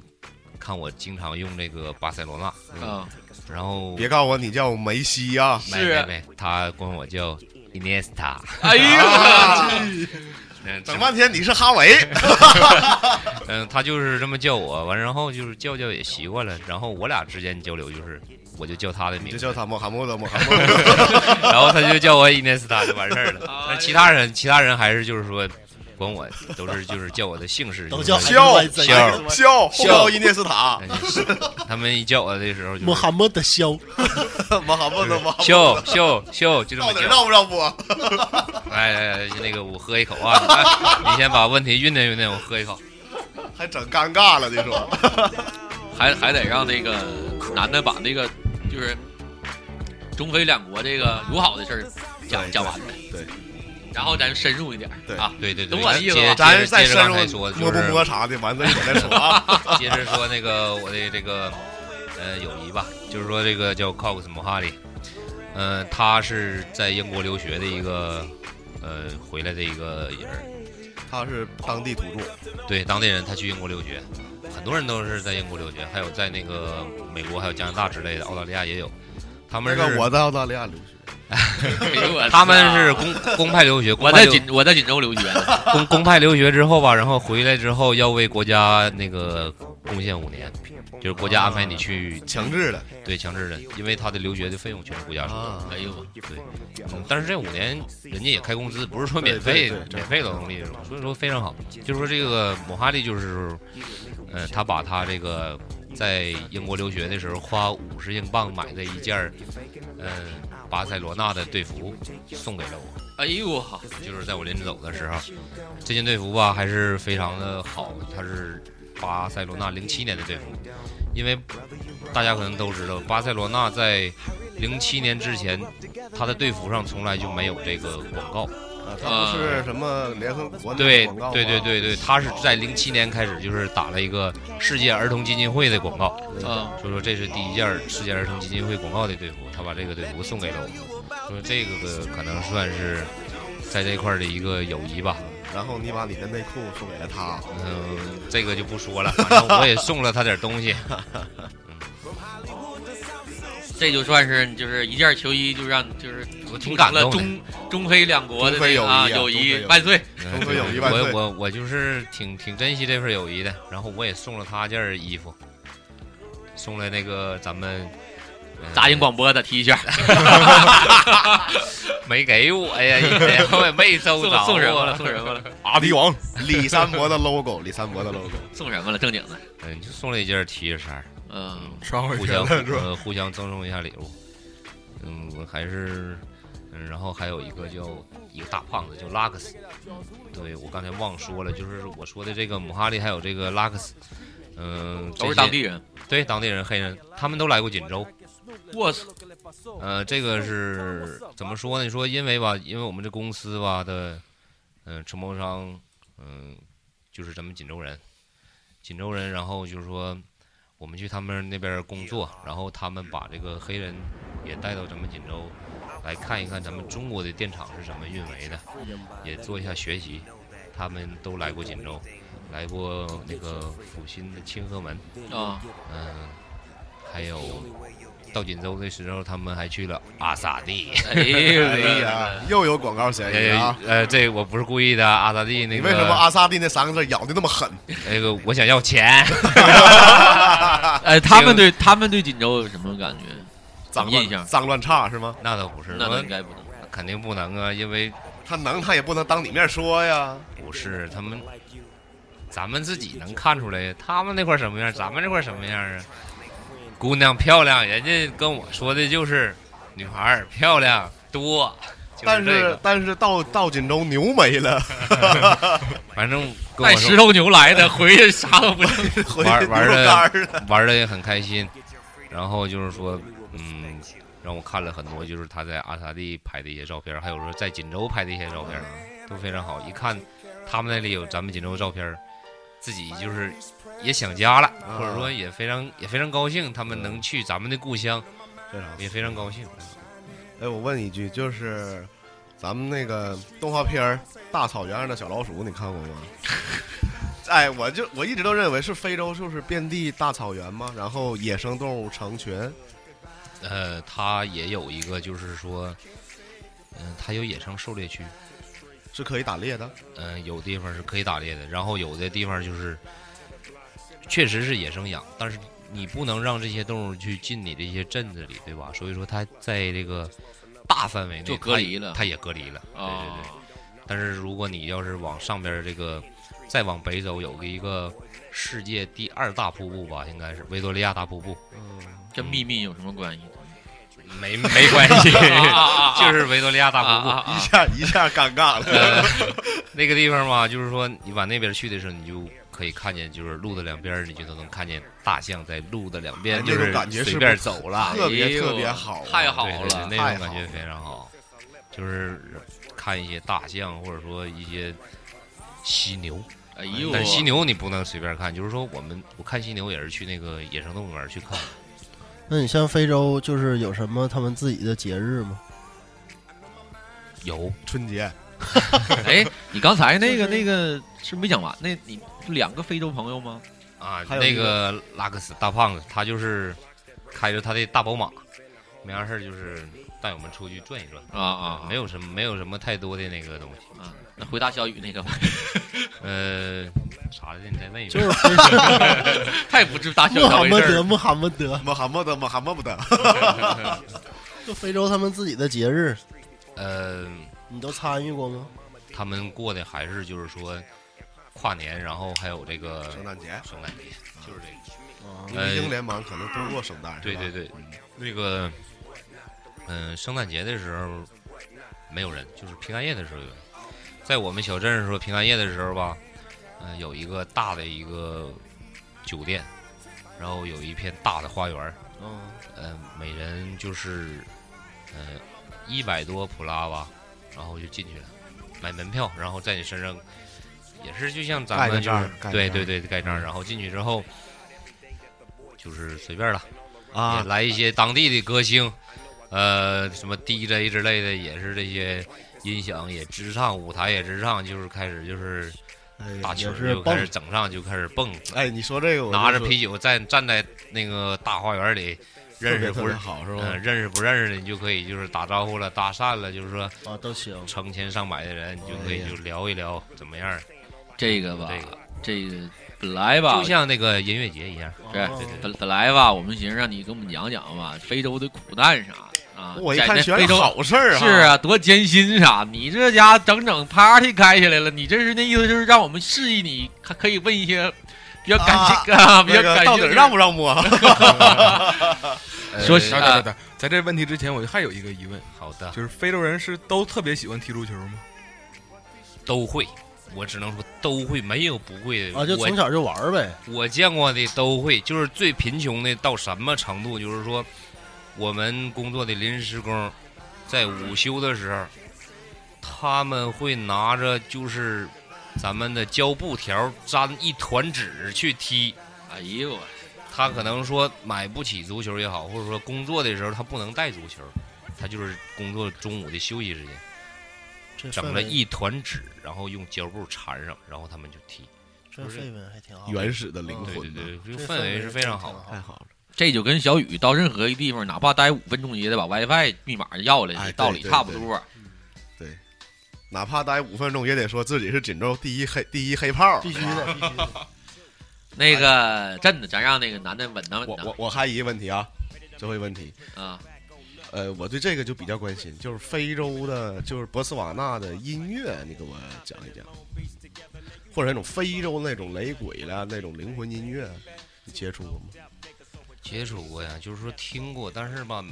S6: 看我经常用这个巴塞罗那，
S3: 嗯，
S6: 然后
S2: 别告诉我你叫梅西呀、啊！
S6: 没没没，他管我叫 Iniesta，
S3: 哎
S2: 啊
S3: 呀，
S6: 嗯，
S2: 整半天你是哈维，
S6: 嗯，他就是这么叫我，完然后就是叫叫也习惯了，然后我俩之间交流就是，我就叫他的
S2: 你
S6: 名
S2: 就
S6: 字，
S2: 叫他穆罕默德，穆罕默 德。
S6: 然后他就叫我 Iniesta 就完 事儿了。
S3: 哎
S6: 但其他人其他人还是就是说，管我都是就是叫我的姓氏，
S5: 都
S6: 就
S5: 叫
S6: 是
S2: 笑
S5: XYZ
S6: 笑
S2: 笑后
S6: 笑
S2: 高伊涅斯塔，
S6: 哎 他们一叫我的时候就
S5: 穆
S6: 是
S5: 罕默德肖，
S2: 穆罕默德，穆罕默德。
S6: 笑笑笑，就这
S2: 到
S6: 么
S2: 底
S6: 叫。
S2: 让不让播？
S6: 哎哎，哎那个我喝一口啊，你先把问题酝酿酝酿，我喝一口。
S2: 还整尴尬了，你说？
S3: 还还得让那个男的把那个就是中非两国这个友好的事儿讲
S2: 对
S3: 讲完了，
S2: 对，
S3: 然后咱深入一点儿
S2: 对
S3: 啊，
S6: 对对对，
S3: 懂我的意思吧
S6: 接
S2: 咱
S6: 接
S2: 再
S6: 接着
S2: 深
S6: 刚才
S2: 入
S6: 说，就
S2: 摸不
S6: 是
S2: 摸啥的，完了一会儿再说啊。
S6: 接着说那个我的这个呃友谊吧，就是说这个叫 Cox 莫哈里，呃，他是在英国留学的一个呃回来的一个人儿，
S2: 他是当地土著，
S6: 对当地人，他去英国留学，很多人都是在英国留学，还有在那个美国还有加拿大之类的，澳大利亚也有，他们
S2: 那
S6: 是
S2: 个我在澳大利亚留学，
S3: 哎 呦我
S6: 他们
S3: 操
S6: 是公公派留学，公
S3: 我
S6: 派
S3: 在
S6: 留
S3: 锦我在锦州留学呢，
S6: 公公派留学之后吧，然后回来之后要为国家那个贡献五年，就是国家安排你去
S2: 强制的
S6: 对，强制的，因为他的留学的费用全是国家出的。
S2: 啊。
S3: 哎呦，
S6: 嗯但是这五年人家也开工资，不是说免
S2: 对
S6: 费
S2: 对对对
S6: 免费劳动力，所以说非常好。就是说这个姆哈利就是，呃，他把他这个在英国留学的时候花五十英镑买的一件儿，嗯、巴塞罗那的队服送给了我，
S3: 哎呦我操，
S6: 就是在我临走的时候，这件队服吧还是非常的好，它是巴塞罗那零七年的队服，因为大家可能都知道，巴塞罗那在零七年之前，他的队服上从来就没有这个广告。
S2: 啊，他不是什么联合国那
S6: 对
S2: 个广告吗
S6: 对对，对对，他是在零七年开始就是打了一个世界儿童基金会的广告，
S3: 嗯，
S6: 所以说这是第一件世界儿童基金会广告的队服，他把这个队服送给了我们，所以这个可能算是在这块儿的一个友谊吧。
S2: 然后你把你的内裤送给了他，
S6: 嗯，这个就不说了，反正我也送了他点 东西。
S3: 这就算是就是一件球衣就让就是
S6: 我挺感动的
S3: 促成了中中非两国的
S2: 中非
S3: 这
S2: 友
S3: 个
S2: 谊
S3: 啊
S2: 啊
S3: 友
S2: 中非友
S3: 谊
S2: 谊
S3: 万岁，
S6: 嗯
S2: 中国
S6: 对
S2: 友谊万
S6: 我
S2: 岁
S6: 我我就是挺挺珍惜这份友谊的，然后我也送了他件儿衣服，送了那个咱们呃
S3: 杂音广播的 T 恤，
S6: 没给我哎呀，也 我也没收
S3: 送
S6: 着。啊
S3: 送什么了？送什么了？
S2: 阿迪王，李三伯的 logo，李三伯的 logo，
S3: 送什么了？正经的，
S6: 嗯，就送了一件 T 恤衫，
S3: 嗯，
S4: 捎 回
S6: 互
S4: 去
S6: 相
S4: 了是吧？
S6: 呃互相赠送一下礼物。嗯，我还是嗯，然后还有一个叫一个大胖子叫拉克斯，对我刚才忘说了，就是我说的这个姆哈利还有这个拉克斯，嗯，
S3: 都
S6: 这
S3: 是
S6: 些
S3: 当地人，
S6: 对当地人黑人，他们都来过锦州。
S3: 我操，
S6: 呃，这个是怎么说呢？你说因为吧，因为我们这公司吧的，嗯、承包商，嗯、就是咱们锦州人，锦州人，然后就是说我们去他们那边工作，然后他们把这个黑人也带到咱们锦州来看一看咱们中国的电厂是怎么运维的，也做一下学习。他们都来过锦州，来过那个阜新的清河门，
S3: 啊，
S6: 嗯、还有到锦州的时候，他们还去了阿萨蒂。
S3: 哎呦
S2: 哎呀，又有广告嫌疑
S6: 呃
S2: 啊！
S6: 呃，这我不是故意的，阿萨蒂那
S2: 你
S6: 个
S2: 为什么啊阿萨蒂那三个字咬的那么 狠？
S6: 那个我想要钱，
S3: 哎，他们对他们对锦州有什么感觉？
S2: 脏
S3: 印象
S2: 乱脏乱差是吗？
S6: 那倒不是，
S3: 那
S6: 我
S3: 应该不能。
S6: 肯定不能啊，因为
S2: 他能，他也不能当你面说呀。
S6: 不是他们，咱们自己能看出来，他们那块儿什么样，咱们这块儿什么样啊？姑娘漂亮，人家跟我说的就是女孩儿漂亮多，就
S2: 但
S6: 这
S2: 是
S6: 个，
S2: 但是到到锦州牛没了，
S6: 反正跟
S3: 带
S6: 我
S3: 石
S6: 说
S3: 头牛来 的，回去啥都不剩。
S2: 回
S6: 玩
S2: 去
S6: 玩
S2: 牛肉
S6: 的
S2: 干儿了。
S6: 玩的也很开心，然后就是说，嗯，让我看了很多，就是他在阿萨蒂拍的一些照片，还有说在锦州拍的一些照片，都非常好。一看他们那里有咱们锦州照片，自己就是也想家了，或者说也非常也非常高兴，他们能去咱们的故乡，也非常高兴。
S2: 哎，我问一句，就是咱们那个动画片儿《大草原上的小老鼠》，你看过 吗？哎，我就我一直都认为是非洲就是遍地大草原嘛，然后野生动物成群，
S6: 呃，他也有一个就是说，嗯、他有野生狩猎区，
S2: 是可以打猎的。
S6: 嗯、有地方是可以打猎的，然后有的地方就是确实是野生养，但是你不能让这些动物去进你这些镇子里，对吧？所以说它在这个大范围内
S3: 就隔离了
S6: 它也它也隔离了，对
S3: 啊
S6: 对对。但是如果你要是往上边儿这个再往北走，有个一个世界第二大瀑布吧，应该是维多利亚大瀑布，
S3: 跟秘密有什么关系？
S6: 没没关系， 就是维多利亚大瀑布。
S3: 啊啊
S2: 一下一下尴尬了。
S6: 那个地方嘛，就是说你往那边去的时候，你就可以看见，就是路的两边儿，你就都能看见大象在路的两边，
S2: 哎
S6: 就
S2: 那种感觉是
S6: 随便走了，
S2: 特别
S3: 哎呦
S2: 特别好啊
S3: 太好
S6: 对对
S3: 了！
S6: 对
S2: 太
S6: 那
S2: 好
S6: 种感觉非常好。就是看一些大象，或者说一些犀牛，
S3: 哎呦，
S6: 但犀牛你不能随便看。就是说，我们我看犀牛也是去那个野生动物园去看，
S5: 那你像非洲，就是有什么他们自己的节日吗？
S6: 有
S2: 春节
S3: 哎， 你刚才那个
S5: 就是
S3: 那个是没讲完，那你是两个非洲朋友吗？
S6: 啊，
S2: 还有
S6: 那
S2: 一个
S6: 个拉克斯大胖子，他就是开着他的大宝马，没啥事儿就是带我们出去转一转。
S3: 啊啊，
S6: 没有什么，没有什么太多的那个东西。
S3: 啊，那回答小雨那个吧，
S6: 呃，啥的你再问一
S5: 就
S6: 问。
S5: 是非洲
S3: 太不知大小
S5: 穆
S3: 当
S5: 罕
S3: 回
S5: 默
S3: 事儿
S5: 德，
S3: 了。
S5: 穆罕默德，
S2: 穆罕默德，穆罕默德，
S5: 就非洲他们自己的节日，
S6: 呃，
S5: 你都参与过吗？
S6: 他们过的还是就是说跨年，然后还有这个
S2: 圣诞节，
S6: 圣诞节，就是这
S2: 呃
S5: 啊
S2: 因
S6: 呃
S3: 哎
S2: 为英联邦可能都过圣诞。
S6: 个。对对
S2: 是吧，
S6: 对，那个，嗯、圣诞节的时候没有人，就是平安夜的时候有人。在我们小镇的时候，平安夜的时候吧，嗯、有一个大的一个酒店，然后有一片大的花园，
S5: 嗯，
S6: 呃，每人就是呃一百多普拉吧，然后就进去了，买门票，然后在你身上也是就像咱
S2: 盖个
S6: 们就
S2: 章
S6: 是
S2: 盖
S6: 对
S2: 章
S6: 对对盖章，然后进去之后就是随便了，也
S2: 啊，
S6: 来一些当地的歌星，呃，什么 DJ 之类的，也是这些音响也支唱，舞台也支唱，就是开始就是打球
S5: 哎也是
S6: 就开始
S5: 蹦，
S6: 整上，就开始蹦，
S2: 哎，你说这个，我就
S6: 拿着
S2: 说
S6: 啤酒站站在那个大花园里。认识
S2: 特别特
S6: 不
S2: 别
S6: 认
S2: 好是
S6: 嗯，
S2: 吧？
S6: 认识不认识的，你就可以就是打招呼了、搭讪了，就是说
S5: 啊，都行。
S6: 成千上百的人，你就可
S2: 哎
S6: 以就聊一聊怎么样。
S3: 这个吧
S6: 这，个
S3: 这个本来吧
S6: 就，像那个音乐节一样，
S3: 对
S5: 哦
S3: 本本来吧，我们寻思让你给我们讲讲吧，非洲的苦难啥的啊，
S2: 我一
S3: 在
S2: 看
S3: 那
S2: 全
S3: 非
S2: 是
S3: 洲
S2: 好事儿，
S3: 是，啊，多艰辛啥！你这家整整 party 开起来了，你这是那意思就是让我们示意你，可可以问一些比较感兴啊，比较
S2: 那个
S3: 感
S2: 到
S3: 兴
S2: 底
S3: 趣。
S2: 让不让摸？
S6: 呃
S3: 说实
S4: 等等等等，在这问题之前，我还有一个疑问，
S6: 好的，
S4: 就是非洲人是都特别喜欢踢足球吗？
S6: 都会，我只能说都会，没有不会的。
S5: 啊，就
S6: 我
S5: 从小就玩儿呗。
S6: 我见过的都会，就是最贫穷的到什么程度，就是说我们工作的临时工，在午休的时候，他们会拿着就是咱们的胶布条粘一团纸去踢。
S3: 哎呦，
S6: 他可能说买不起足球也好，或者说工作的时候他不能带足球，他就是工作中午的休息时间，
S5: 这
S6: 整
S5: 氛
S6: 了
S5: 围
S6: 一团纸，然后用胶布缠上，然后他们就踢。
S5: 这氛围还挺好，
S2: 原始的灵
S5: 嗯
S6: 对对
S2: 魂呢，
S6: 对，这个
S5: 这
S6: 氛围是非常好
S5: 真
S6: 的。
S5: 挺
S2: 好了。
S3: 这就跟小雨到任何一个地方，哪怕待五分钟，也得把 WiFi 密码要来，
S2: 哎
S3: 这
S2: 对
S3: 道理差不多。
S2: 哪怕待五分钟，也得说自己是锦州第一黑第一黑 炮。
S5: 必须的，必须 的。
S3: 那个真的，咱让那个男的稳当
S2: 我
S3: 稳当
S2: 我我还有一个问题啊，最后一个问题，
S3: 啊！
S2: 呃，我对这个就比较关心，就是非洲的，就是博茨瓦纳的音乐，你给我讲一讲，或者那种非洲那种雷鬼啦，那种灵魂音乐，你接触过吗？
S6: 接触过呀，就是说听过，但是吧，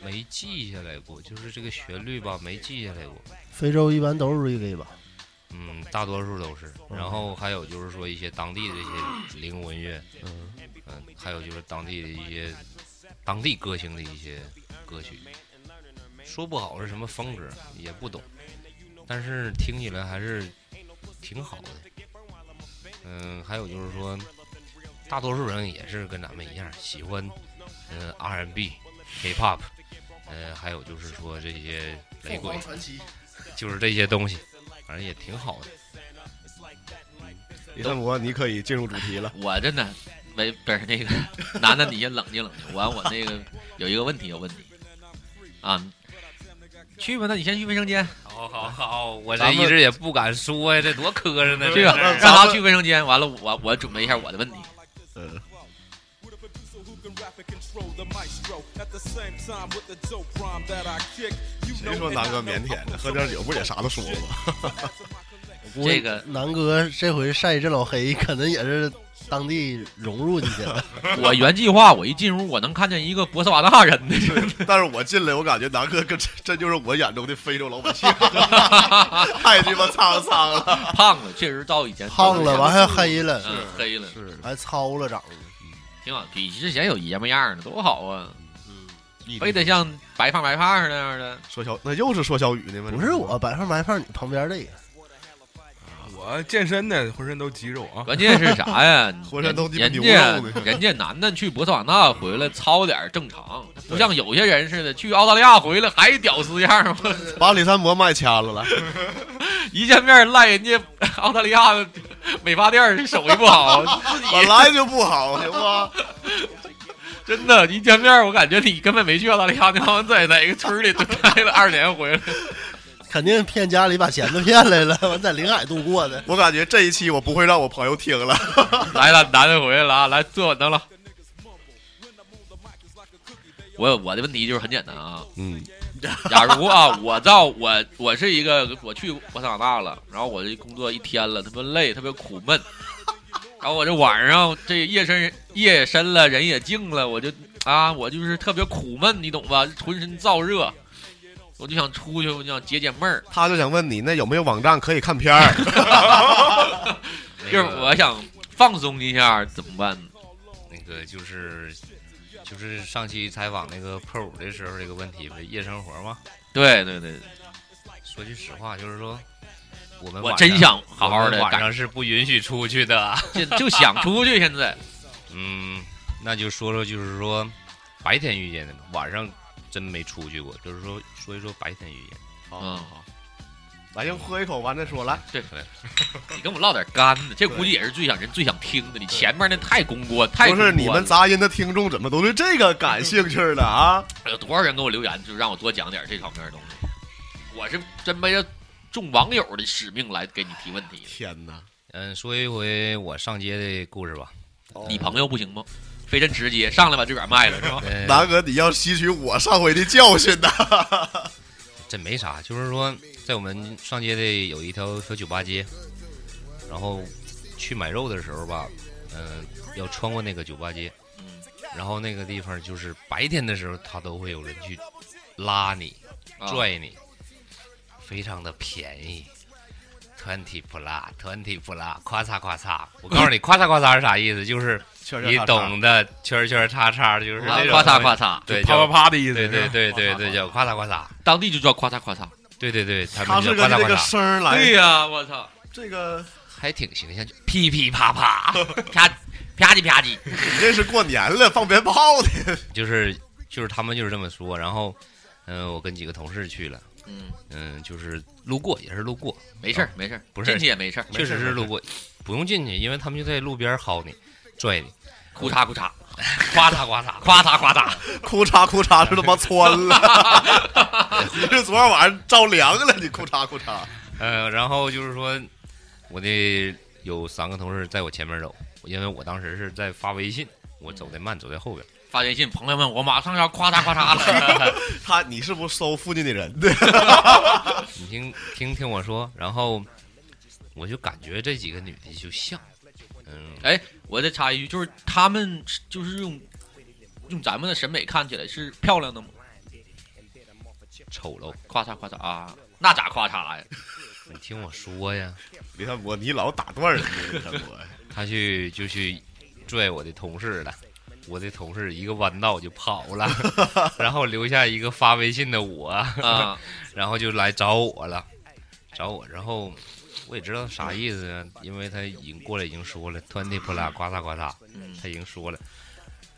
S6: 没记下来过，就是这个旋律吧，没记下来过。
S5: 非洲一般都是 reggae 吧，
S6: 嗯，大多数都是。然后还有就是说一些当地的一些灵魂乐，
S5: 嗯，
S6: 嗯，还有就是当地的一些当地歌星的一些歌曲，说不好是什么风格也不懂，但是听起来还是挺好的。嗯，还有就是说，大多数人也是跟咱们一样喜欢，嗯、r b K-pop，呃，还有就是说这些雷鬼，
S5: 传奇，
S6: 就是这些东西，反正也挺好的。
S2: 李三博，你可以进入主题了。
S3: 我真的没不是那个男的，你先冷静冷静。完，我那个有一个问题要问你啊，去吧，那你先去卫生间，
S6: 好好好，我
S2: 咱
S6: 这
S2: 们
S6: 一直也不敢说呀，这多磕碜呢。
S3: 去
S6: 这
S3: 吧，
S6: 事儿
S3: 让他去卫生间。完了，我我准备一下我的 问题。
S2: 呃，
S7: With a producer who can rap and control the maestro at the same time with the dope rhyme that I kick. You
S2: 谁说南哥腼腆呢？喝点酒不也啥都说吗？
S3: 这个
S5: 南哥这回晒这老黑，可能也是当地融入进去 了。
S3: 我原计划，我一进屋，我能看见一个博斯瓦纳人的。
S2: 但是我进来，我感觉南哥跟这这就是我眼中的非洲老百 姓，太鸡巴沧桑了。
S3: 胖子确实到以前
S5: 胖了，完还黑了，
S3: 嗯，黑了，
S2: 是，
S5: 还糙了长得。
S3: 挺好，比之前有爷们样儿呢，多好啊！
S2: 一
S3: 非得像白胖白胖那样的，
S2: 说小，那又是说小雨的吗？
S5: 不是我，白胖白胖，你旁边这个
S4: 我健身呢，浑身都肌肉 啊。
S3: 关键是啥 呀？
S2: 浑身都鸡巴
S3: 人
S2: 牛
S3: 家
S2: 肉呢
S3: 人家男的去博茨瓦纳回来糙点儿正常，不像有些人似的去澳大利亚回来还屌丝样儿，我
S2: 把李三博卖掐了来。
S3: 一见面赖人家澳大利亚的美发店儿手艺不好，自己
S2: 本来就不好，行吗？
S3: 真的，一见面我感觉你根本没去澳大利亚，你好像在哪个村儿里待了二年回来。
S5: 肯定骗家里把钱都骗来了， 完在临海度过的。
S2: 我感觉这一期我不会让我朋友听了。
S3: 来了，男的回来了啊，来坐稳当了。我我的问题就是很简单啊，
S2: 嗯，
S3: 假如啊，我到我我是一个我去我长大了，然后我这工作一天了，特别累，特别苦闷，然后我这晚上这夜深夜深了，人也静了，我就啊，我就是特别苦闷，你懂吧？浑身燥热，我就想出去，我就想解解 闷儿。
S2: 他就想问你，那有没有网站可以看片儿？
S6: 那
S3: 就是
S6: 个
S3: 我想放松一下，怎么办？
S6: 那个就是就是上期采访那个破五的时候，这个问题不是夜生活吗？
S3: 对对对，
S6: 说句实话，就是说我们
S3: 我
S6: 晚
S3: 真
S6: 上
S3: 想好
S6: 我
S3: 好
S6: 们
S3: 的
S6: 晚上是不允许出去的。
S3: 就就想出去，现 在
S6: 嗯，那就说说，就是说白天遇见的吧，晚上真没出去过。就是说说一说白天遇见，
S2: 好
S3: 嗯
S2: 好，来先喝一口，完再说。来，
S3: 你跟我唠点干的，这估计也是最想人最想听的。你前面那太公关，太
S2: 不是
S3: 公关
S2: 你们
S3: 了
S2: 杂音的听众怎么都对这个感兴趣呢？啊？
S3: 有多少人给我留言，就让我多讲点这方面的东西。我是真背着众网友的使命来给你提问题。
S2: 天哪！
S6: 嗯，说一回我上街的故事吧。
S3: 你朋友不行吗？非常直接，上来把自个儿卖了是吧？
S6: 嗯、
S2: 南哥，你要吸取我上回的教训 呐！
S6: 这没啥，就是说在我们上街的有一条小酒吧街，然后去买肉的时候吧，嗯、要穿过那个酒吧街，
S3: 嗯
S6: 然后那个地方就是白天的时候，他都会有人去拉你、
S3: 啊
S6: 拽你，非常的便宜。twenty plus twenty plus，咔嚓咔嚓。我告诉你，咔嚓咔嚓是啥意思？ 就是
S2: 确
S6: 你懂的，圈圈叉叉，就是
S3: 啊
S6: 那种
S3: 夸嚓
S6: 东西
S3: 夸，嚓，
S6: 对，
S4: 啪啪
S6: 叫，
S4: 啪的意思。
S6: 对对
S4: 是吧
S6: 对对对，叫夸嚓夸嚓，
S3: 当地就叫夸嚓夸嚓。
S6: 对对对，他
S2: 他
S6: 们
S2: 是跟
S6: 叫夸嚓
S2: 这
S6: 夸
S2: 个
S6: 嚓，
S2: 声儿来，
S3: 呀、我操，
S2: 这个
S6: 还挺形象，就噼噼啪啪，
S3: 啪啪叽 啪叽，
S2: 你这是过年了放鞭炮的。
S6: 就是就是他们就是这么说。然后，嗯、我跟几个同事去了，
S3: 嗯，
S6: 嗯，就是路过也是路过，
S3: 没事儿，没事儿，
S6: 啊不是
S3: 进去也没事儿，
S6: 确实是路过，不用进去，因为他们就在路边薅你、拽你，
S3: 哭嚓哭嚓，
S6: 夸嚓夸嚓 夸嚓夸嚓，
S2: 裤衩裤衩是他妈穿了，你是昨天晚上着凉了，你裤衩裤衩。
S6: 呃，然后就是说，我的有三个同事在我前面走，因为我当时是在发微信，我走的慢，走在后边。
S3: 发微信，朋友们，我马上要夸嚓夸嚓 了，
S2: 他，你是不是搜附近的人？对，
S6: 你听听听我说，然后我就感觉这几个女的就像，嗯，
S3: 我再插一句，就是他们是就是用用咱们的审美看起来是漂亮的吗？
S6: 丑陋。
S3: 夸嚓夸嚓啊，那咋夸嚓呀？
S6: 你听我说呀，
S2: 你看我，你老打断人家，你看我。
S6: 他去就去拽我的同事了，我的同事一个弯道就跑了， 然后留下一个发微信的我。
S3: 啊，
S6: 然后就来找我了，找我，然后我也知道啥意思啊，因为他已经过来已经说了，突然那破拉呱嗒呱嗒，
S3: 嗯
S6: 他已经说了，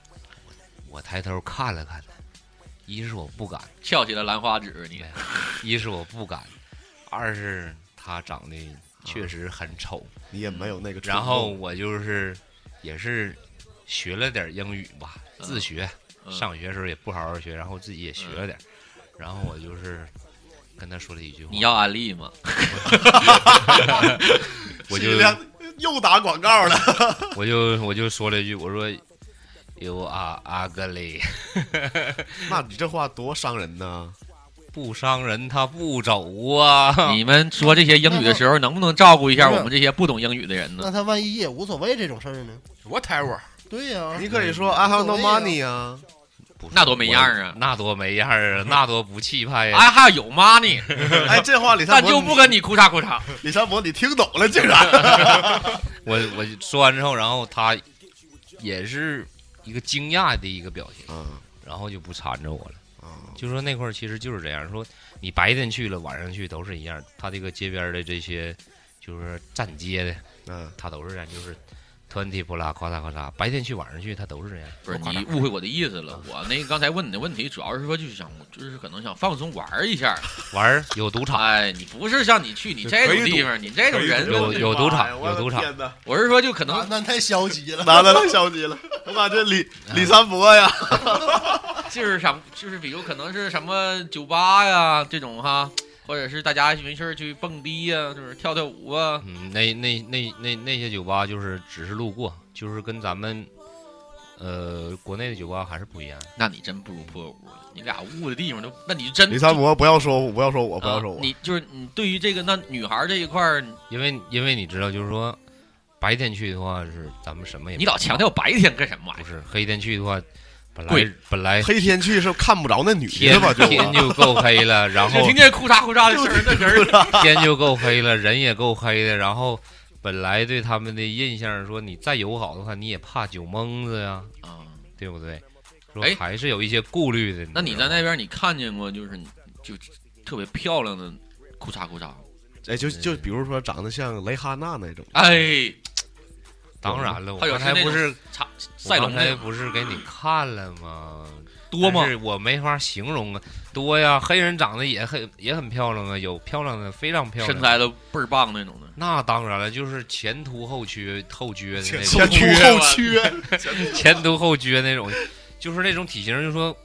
S6: 我我抬头看了看他，一是我不敢，
S3: 翘起了兰花指，你
S6: 一是我不敢，二是他长得确实很丑，
S2: 你也没有那个冲动。
S6: 然后我就是也是学了点英语吧，
S3: 嗯
S6: 自学，
S3: 嗯
S6: 上学的时候也不好好学，然后自己也学了点，然后我就是跟他说了一句话，
S3: 你要安利吗？
S6: 我
S2: 是
S6: 就
S2: 两又打广告了，
S6: 我就我就说了一句，我说，You are ugly，
S2: 那你这话多伤人呢？
S6: 不伤人他不走啊。
S3: 你们说这些英语的时候，能不能照顾一下我们这些不懂英语的人
S5: 那
S3: 呢？
S5: 他万一也无所谓这种事儿呢？
S4: ，whatever，
S5: 对呀、
S2: 你可以说 I have no
S5: 无所谓
S2: money 啊，
S6: 不是
S3: 那多没样儿啊
S6: 我那多没样儿 啊，那多不气派呀、
S3: 哎，还有 money，
S2: 哎，这话李
S3: 但
S2: 三伯
S3: 就不跟你哭嚓哭嚓。
S2: 李三伯，你听懂了竟然？
S6: 我我说完之后，然后他也是一个惊讶的一个表情，
S2: 嗯
S6: 然后就不缠着我了。
S2: 嗯
S6: 就说那块儿其实就是这样，说你白天去了，晚上去都是一样。他这个街边儿的这些就是站街的，
S2: 嗯，
S6: 他都是这样，就是 twenty 不拉，夸嚓夸嚓，白天去晚上去，他都是这样。
S3: 不是
S6: 夸嚓
S3: 你误会我的意思了，我那刚才问你的问题，主要是说就是想，就是可能想放松玩儿一下。
S6: 玩儿有赌场，
S3: 哎，你不是像你去你这种地方，你这种人，
S6: 有有赌场，有赌场。
S2: 天哪，
S3: 我是说就可
S5: 啊那
S3: 能
S5: 那太消极了。
S2: 男的太消极了，我感觉李李三伯呀，
S3: 就是想就是比如可能是什么酒吧呀这种哈，或者是大家没事儿去蹦迪呀，就是跳跳舞啊。
S6: 嗯，那那那那那些酒吧就是只是路过，嗯就是跟咱们呃国内的酒吧还是不一样。
S3: 那你真不如破屋了，你俩误的地方都，那你就真
S2: 李三伯不要说我，不要说我，不要
S3: 啊
S2: 说我，
S3: 你就是你对于这个那女孩这一块儿，你
S6: 因为因为你知道，就是说白天去的话是咱们什么也
S3: 你老强调白天干什么啊玩
S6: 不
S3: 意儿？
S6: 是，黑天去的话本
S3: 贵
S6: 来本来
S2: 黑天去是看不着那女
S6: 天
S2: 的吧？就
S6: 天就够黑 了，然
S3: 只
S6: 后
S3: 听见哭嚓哭嚓的声 儿，那人儿
S6: 天哦就够黑了，人也够黑的，然后。本来对他们的印象说，你再友好的话，你也怕酒蒙子呀，
S3: 啊。
S6: 对不对？说
S3: 哎
S6: 还是有一些顾虑的。
S3: 那你
S6: 知
S3: 在
S6: 道吗
S3: 那边你看见过就是就特别漂亮的裤衩裤衩？
S2: 哎，就就比如说长得像雷哈娜那种，
S3: 哎，
S6: 当然了，我
S3: 还有
S6: 刚
S3: 是
S6: 才
S3: 那
S6: 不
S3: 种
S6: 是
S3: 擦赛
S6: 我
S3: 龙
S6: 刚才
S3: 那
S6: 不是给你看了吗？
S3: 多吗
S6: 但？是我没法形容啊，多呀！黑人长得也很也很漂亮啊，有漂亮的，非常漂亮。
S3: 身材都倍儿棒那种的，
S6: 那当然了，就是前凸后撅、后撅的那
S2: 前
S6: 种，
S2: 凸后撅，
S6: 前凸后撅那种，就是那种体型，就说。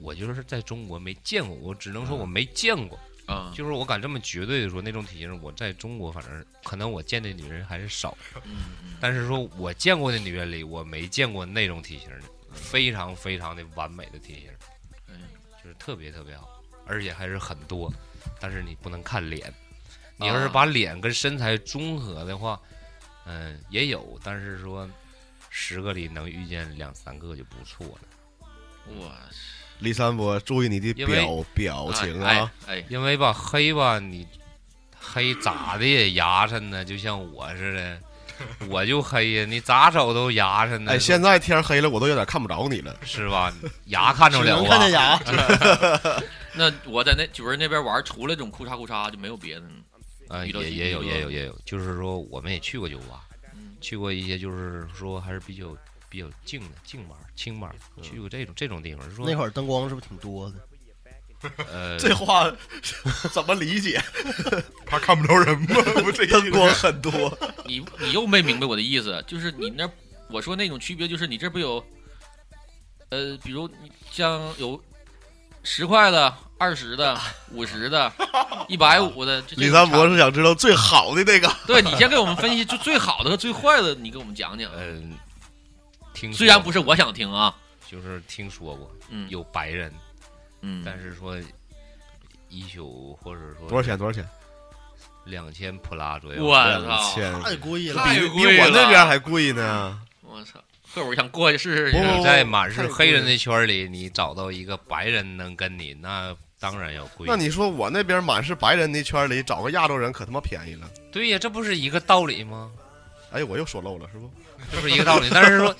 S6: 我就是在中国没见过，我只能说我没见过，
S3: 啊，
S6: 就是我敢这么绝对的说，那种体型我在中国反正可能我见的女人还是少。
S3: 嗯
S6: 但是说我见过的女人里，我没见过那种体型的，非常非常的完美的体型，
S3: 嗯，
S6: 就是特别特别好，而且还是很多。但是你不能看脸，你要是把脸跟身材综合的话，嗯，也有，但是说十个里能遇见两三个就不错了。
S3: 我
S2: 李三伯，注意你的
S6: 因为
S2: 表表情
S3: 哎
S2: 啊！，
S3: 哎，哎
S6: 因为吧，黑吧，你黑咋的也牙碜呢，就像我似的。我就黑呀，你咋瞅都牙碜呢，
S2: 哎，现在天黑了，我都有点看不着你了。
S6: 是吧？牙看着
S5: 只
S6: 了啊
S5: 能
S6: 吧？
S5: 看见牙，
S3: 那我在那酒人那边玩，除了这种裤衩裤衩就没有别的呢。
S6: 呃，
S3: 遇到
S6: 也
S3: 紧
S6: 也
S3: 急
S6: 有
S3: 了
S6: 也有也有，就是说我们也去过酒吧，
S3: 嗯
S6: 去过一些就是说还是比较比
S3: 嗯
S6: 较静的静吧、清吧，去过这种这种地方，是说
S5: 那会儿灯光是不是挺多的？
S6: 呃，
S2: 这话怎么理解？
S4: 怕看不着人 吗？不这意
S2: 灯
S4: 思。
S2: 光很多，
S3: 你你又没明白我的意思，就是你那我说那种区别，就是你这不有，呃，比如你像有十块的、二十 的、五十的、一百五的。就这种
S2: 李三博
S3: 差，
S2: 是想知道最好的那个，
S3: 对你先给我们分析，就最好的和最坏的，你给我们讲讲。
S6: 嗯，听
S3: 虽然
S6: 说
S3: 不是我想听啊，
S6: 就是听说过
S3: 嗯，
S6: 有白人，
S3: 嗯，
S6: 但是说一宿或者说
S2: 多少钱？多少钱？
S6: 两千普拉左右。
S3: 我
S2: 两
S3: 操，
S2: 千，
S5: 太故意了，
S3: 太
S2: 比
S3: 贵
S2: 我那
S3: 了
S2: 边还贵呢。
S3: 我操，会儿我想过去试试
S2: 不
S3: 去。
S6: 你在满是黑人的圈儿里，你找到一个白人能跟你，那当然要贵。
S2: 那你说我那边满是白人的圈里找个亚洲人，可他妈便宜了。
S6: 对呀，这不是一个道理吗？
S2: 哎，我又说漏了，是不？
S6: 这不是一个道理。但是说，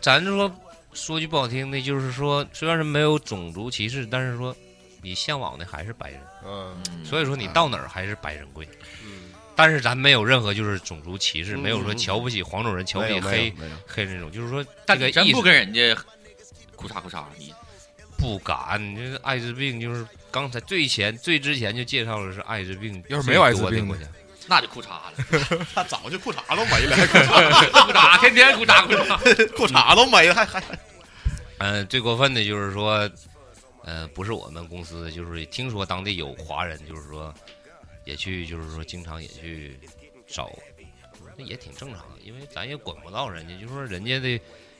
S6: 咱说说句不好听的，就是说，虽然是没有种族歧视，但是说你向往的还是白人，
S2: 嗯，
S3: 嗯
S6: 所以说你到哪儿还是白人贵。但是咱没有任何就是种族歧视，
S2: 嗯
S6: 没有说瞧不起黄种人、瞧不
S2: 没
S6: 起
S2: 有没
S6: 黑
S2: 有没有，
S6: 黑人这种，就是说
S3: 但
S6: 这个
S3: 你真
S6: 意
S3: 不
S6: 思
S3: 跟人家哭嚓哭嚓，你
S6: 不敢。你这个艾滋病就是刚才最前最之前就介绍了是艾滋病，
S4: 要是没有艾滋病呢
S6: 国家，
S3: 那就哭嚓了，
S2: 他早就裤衩都没了，还裤衩
S3: 哭
S6: 啊
S3: 嚓，天天哭嚓哭嚓。
S2: 裤衩都没了， 还还
S6: 嗯，最过分的就是说，呃，不是我们公司，就是听说当地有华人，就是说也去，就是说经常也去找，那也挺正常，因为咱也管不到人家，就是说人家的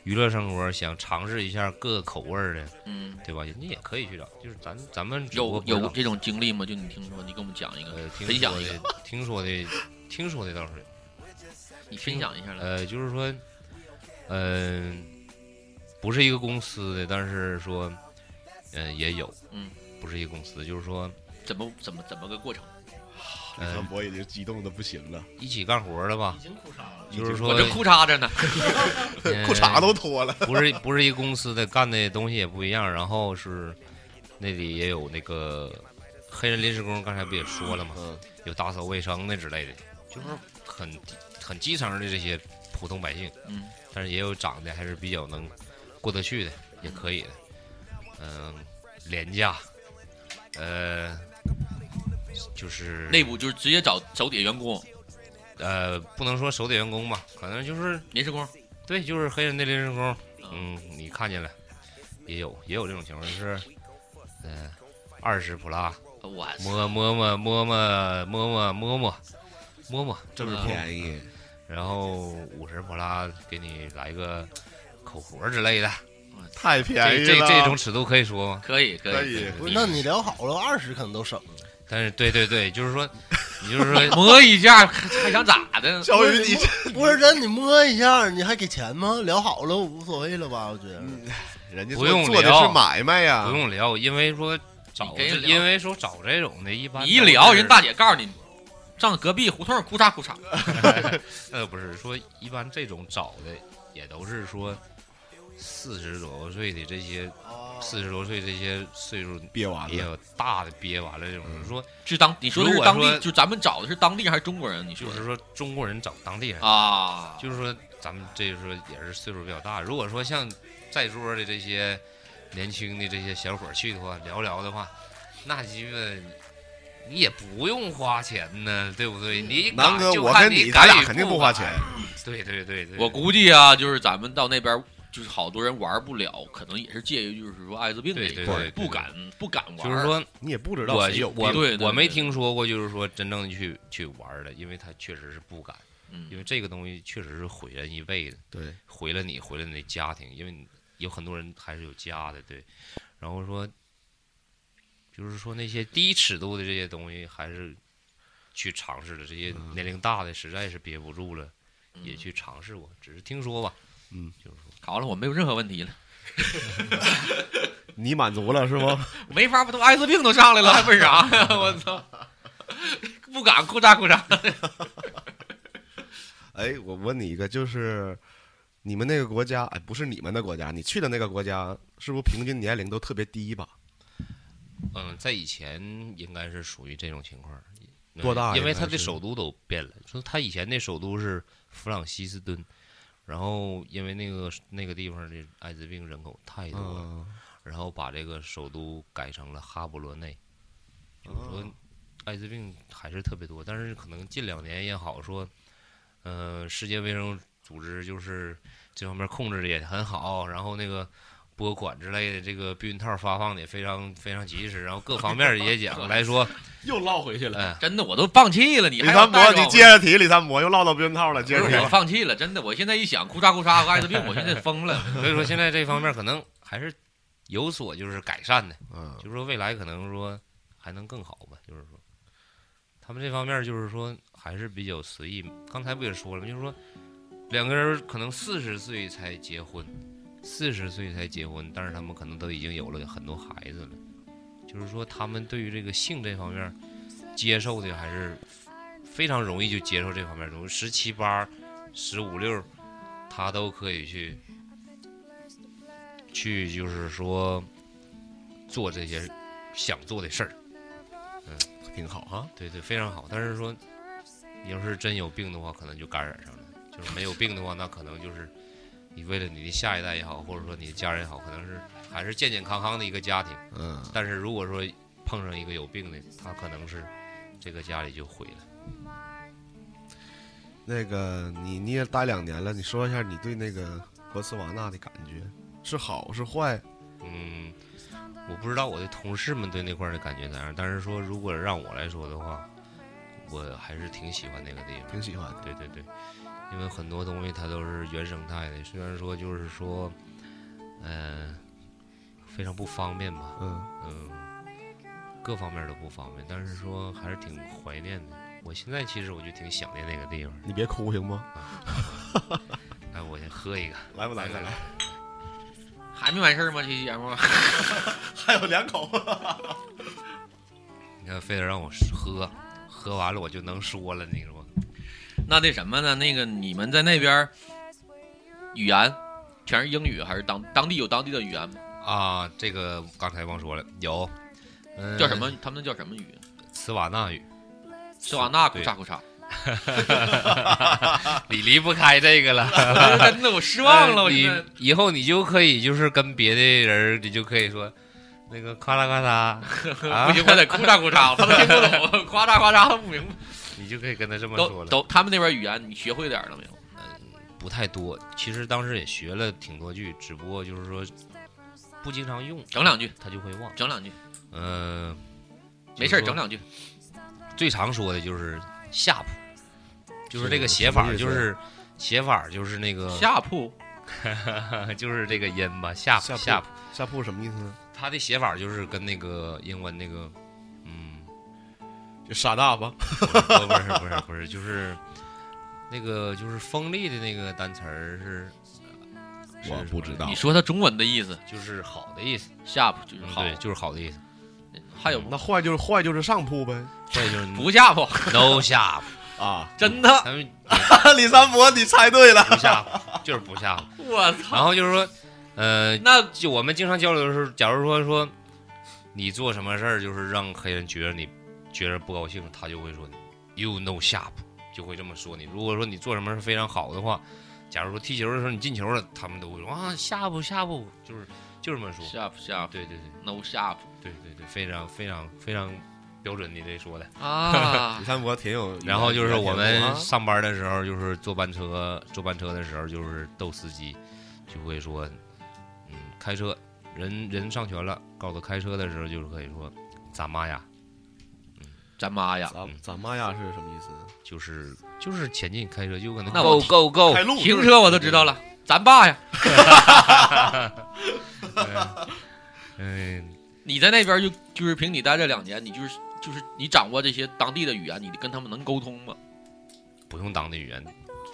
S6: 娱乐生活想尝试一下各个口味儿的，
S3: 嗯，
S6: 对吧？人家也可以去找，就是咱咱们只不过
S3: 有
S6: 不知
S3: 有
S6: 道
S3: 这种经历吗？就你听说，你给我们讲一个，
S6: 呃听
S3: 分享
S6: 说
S3: 一
S6: 的
S3: 个，
S6: 听说的听说的倒是有
S3: 你分享一下来。
S6: 呃，就是说，嗯、不是一个公司的，但是说，嗯、也有，
S3: 嗯，
S6: 不是一个公司，就是说，
S3: 怎么怎么怎么个过程？
S6: 嗯、
S2: 我已经激动的不行了，
S6: 一起干活的吧， 就是说
S3: 我，这哭嚓着呢。
S6: 呃
S2: 裤衩都脱了。
S6: 不是不是一个公司的，干的东西也不一样，然后是那里也有那个黑人临时工，刚才不也说了吗？
S2: 嗯，
S6: 有打扫卫生的之类的，就是很低很基层的这些普通百姓。
S3: 嗯，
S6: 但是也有长得还是比较能过得去的，也可以的。嗯、廉价，呃，就是
S3: 内部就是直接找手底下员工、
S6: 呃，不能说手底员工吧，可能就是
S3: 临时工。
S6: 对，就是黑人的临时工。嗯，你看见了，也有也有这种情况，就是嗯，二十普拉，
S3: 呃我操
S6: 摸摸摸摸摸摸摸摸摸摸摸，
S2: 这么便宜，
S6: 然后五十普拉给你来个口活之类的，
S2: 太便
S6: 这
S2: 宜
S6: 这
S2: 了。
S6: 这种尺度可以说吗？
S3: 可以可
S2: 可
S3: 以，
S2: 以，
S5: 不是那你聊好了，二十可能都省了。
S6: 但是对对对，就是说，你就 是说
S3: 磨一下还想咋 的？
S2: 小雨你
S5: 不是真，你摸一下，你还给钱吗？聊好了，无所谓了吧？我觉得。
S2: 人家
S6: 不
S2: 做
S6: 用
S2: 做的
S6: 聊
S2: 是买卖呀，
S6: 不用聊，因为说找
S3: 啊你
S6: 这
S3: 跟人聊
S6: 因为说找这种的，一般
S3: 你一
S6: 都是
S3: 聊，人大姐告诉你，上隔壁胡同哭嚓哭嚓。
S6: 呃不是说一般这种找的也都是说四十左右岁的这些
S5: 啊
S3: 哦
S6: 四十多岁这些岁数
S2: 憋
S3: 哎
S2: 完
S6: 也
S2: 了。
S6: 有大的憋完了这种，
S3: 嗯
S6: 就是说
S3: 是当你说的
S6: 如
S3: 是
S6: 果
S3: 当地，
S6: 说
S3: 就咱们找的是当地还是中国人？你说
S6: 就
S3: 的
S6: 是说中国人找当地人，
S3: 啊？
S6: 就是说咱们这就是说也是岁数比较大，如果说像在座的这些年轻的这些小伙儿去的话，聊聊的话，那鸡巴你也不用花钱呢，对不对？你
S2: 嗯
S6: 敢
S2: 南哥，
S6: 就
S2: 我
S6: 看
S2: 跟
S6: 你
S2: 咱
S6: 敢
S2: 俩
S6: 与
S2: 肯定
S6: 不
S2: 不花
S6: 敢
S2: 钱。。
S6: 对对对对，
S3: 我估计啊，就是咱们到那边儿，就是好多人玩不了，可能也是介于就是说艾滋病这
S6: 对
S3: 一
S6: 对
S3: 块
S6: 对
S3: 儿，
S6: 对
S3: 不敢不敢玩。
S6: 就是，说
S2: 你也不知道
S6: 我
S2: 谁有病
S6: 我
S3: 对对对
S6: 我没听说过，就是说真正去去玩儿的，因为他确实是不敢，因
S3: 嗯
S6: 为这个东西确实是毁人一辈子。
S2: 对，
S6: 回了你，回了你的家庭，因为你有很多人还是有家的，对。然后说，就是说那些低尺度的这些东西，还是去尝试的。这些
S2: 嗯
S6: 年龄大的实在是憋不住了，也去尝试过，只是听说吧。
S2: 嗯，
S6: 就是说，
S3: 好了，我没有任何问题了，
S2: 你满足了是不？
S3: 没法，不都艾滋病都上来了，还问啥呀？ 我操，不敢哭嚓哭嚓。
S2: 哎，我问你一个，就是你们那个国家，哎，不是你们的国家，你去的那个国家，是不是平均年龄都特别低吧？
S6: 嗯，在以前应该是属于这种情况。嗯
S2: 多大
S6: 因为
S2: 应该
S6: 他的
S2: 是
S6: 首都都变了，说他以前的首都是弗朗西斯
S2: 嗯
S6: 敦，然后因为那个那个地方的艾滋病人口太多了，然后把这个首都改成了哈伯罗内。有时
S2: 哦
S6: 候艾滋病还是特别多，但是可能近两年也好说，呃，世界卫生组织就是这方面控制的也很好，然后那个拨款之类的这个避孕套发放的也非常非常及时，然后各方面也 讲来说，
S2: 又唠回去了。
S6: 哎，
S3: 真的我都放弃了，你
S2: 李
S3: 还要
S2: 三
S3: 带
S2: 伯，
S3: 着我
S2: 你接着提李三伯，又唠到避孕套了，接着
S3: 不
S2: 提
S3: 是。我放弃了，真的，我现在一想，哭嚓哭嚓，我艾滋病，我现在疯了。
S6: 哎所以说现在这方面可能还是有所就是改善的，
S2: 嗯，
S6: 就是说未来可能说还能更好吧，就是说他们这方面就是说还是比较随意。刚才不也说了吗，就是说两个人可能四十岁才结婚，四十岁才结婚，但是他们可能都已经有了很多孩子了，就是说他们对于这个性这方面接受的还是非常容易就接受这方面的东西，十七八、十五六，他都可以去去就是说做这些想做的事儿。嗯
S2: 挺好哈。
S6: 对对，非常好。但是说，你要是真有病的话，可能就感染上了；就是没有病的话，那可能就是你为了你的下一代也好，或者说你的家人也好，可能是还是健健康康的一个家庭。
S2: 嗯，
S6: 但是如果说碰上一个有病的，他可能是这个家里就毁了。
S2: 那个你你也待两年了，你说一下你对那个博茨瓦纳的感觉是好是坏？
S6: 嗯，我不知道我的同事们对那块儿的感觉咋样，但是说如果让我来说的话，我还是挺喜欢那个地方。
S2: 挺喜欢的。
S6: 对对对，因为很多东西它都是原生态的，虽然说就是说，呃，非常不方便吧，
S2: 嗯，
S6: 嗯、各方面都不方便，但是说还是挺怀念的。我现在其实我就挺想念那个地方。
S2: 你别哭行吗？
S6: 哎，我先喝一个，
S2: 来不来？
S6: 来
S2: 来来，
S3: 还没完事儿吗？这期节目，
S2: 还有两口。
S6: 你看非得让我喝，喝完了我就能说了，你说
S3: 那那什么呢？那个你们在那边儿语言全是英语，还是当当地有当地的语言吗？
S6: 啊？这个刚才忘说了，有，嗯、
S3: 叫什么？他们那叫什么语？
S6: 茨瓦纳语，
S3: 斯瓦纳哭
S6: 对
S3: 嚓哭嚓。
S6: 你离不开这个了。
S3: 真的，我失望了。
S6: 呃
S3: 我
S6: 你
S3: 现在
S6: 以后你就可以就是跟别的人儿，你就可以说那个咔啦咔 啦
S3: 不
S6: 啊，
S3: 行，我得哭嚓哭嚓，他都听不懂，夸嚓夸嚓，他不明白。
S6: 你就可以跟他这么说
S3: 都
S6: 了。
S3: 都，他们那边语言你学会点儿了没有？
S6: 不太多，其实当时也学了挺多句，只不过就是说不经常用，
S3: 整两句，
S6: 他就会忘。
S3: 整两句，
S6: 嗯、
S3: 没事儿，
S6: 就是说
S3: 整两句。
S6: 最常说的就是下铺，就是这个
S2: 是
S6: 写法
S2: 什么
S6: 儿，
S2: 意思
S6: 就是写法儿就是那个
S3: 下铺，
S6: 就是这个音吧，下
S2: 下
S6: 铺
S2: 铺
S6: 下铺，
S2: 下铺什么意思呢？
S6: 它的写法儿就是跟那个英文那个嗯。
S2: 就傻大吧。
S6: 哦不不是不是不是，就是那个就是锋利的那个单词儿是，呃是
S2: 我不
S6: 什
S2: 知
S6: 么
S2: 道
S3: 你说他中文的意思，
S6: 就是好的意思，
S3: 下铺就是
S6: 嗯
S3: 好。
S6: 对，就是好的意思。
S3: 还有吗
S2: 那坏就是坏就是上铺呗。
S6: 这就是
S3: 不下铺，
S6: no 下巴，
S2: 啊，
S3: 真的，
S6: 他们
S2: 李三伯，你猜对了。
S6: 不下巴，就是不下巴。
S3: 我操！
S6: 然后就是说，呃，
S3: 那
S6: 就我们经常交流的时候，假如说说你做什么事儿，就是让黑人觉得你觉得不高兴，他就会说你 you no 下巴，就会这么说你。如果说你做什么事非常好的话，假如说踢球的时候你进球了，他们都会说啊下巴下巴，就是就这么说。
S3: 下铺下铺
S6: 对对对
S3: ，no 下铺
S6: 对对对，非常非常非常标准的这说的。
S3: 啊
S2: 李！三伯挺有。
S6: 然后就是我们
S3: 嗯
S2: 啊
S6: 上班的时候，就是坐班车，坐班车的时候就是逗司机，就会说，嗯，开车，人人上全了，告诉他开车的时候就是可以说，咱妈呀，
S3: 咱妈呀，
S2: 咱咱妈呀是什么意思？
S6: 就是就是前进开车，就可能
S3: 那我
S6: go go go，
S2: 开路
S3: 停车我都知道了，咱爸呀。
S6: 嗯，
S3: 你在那边就就是凭你待这两年，你就是就是你掌握这些当地的语言，你跟他们能沟通吗？
S6: 不用当地语言，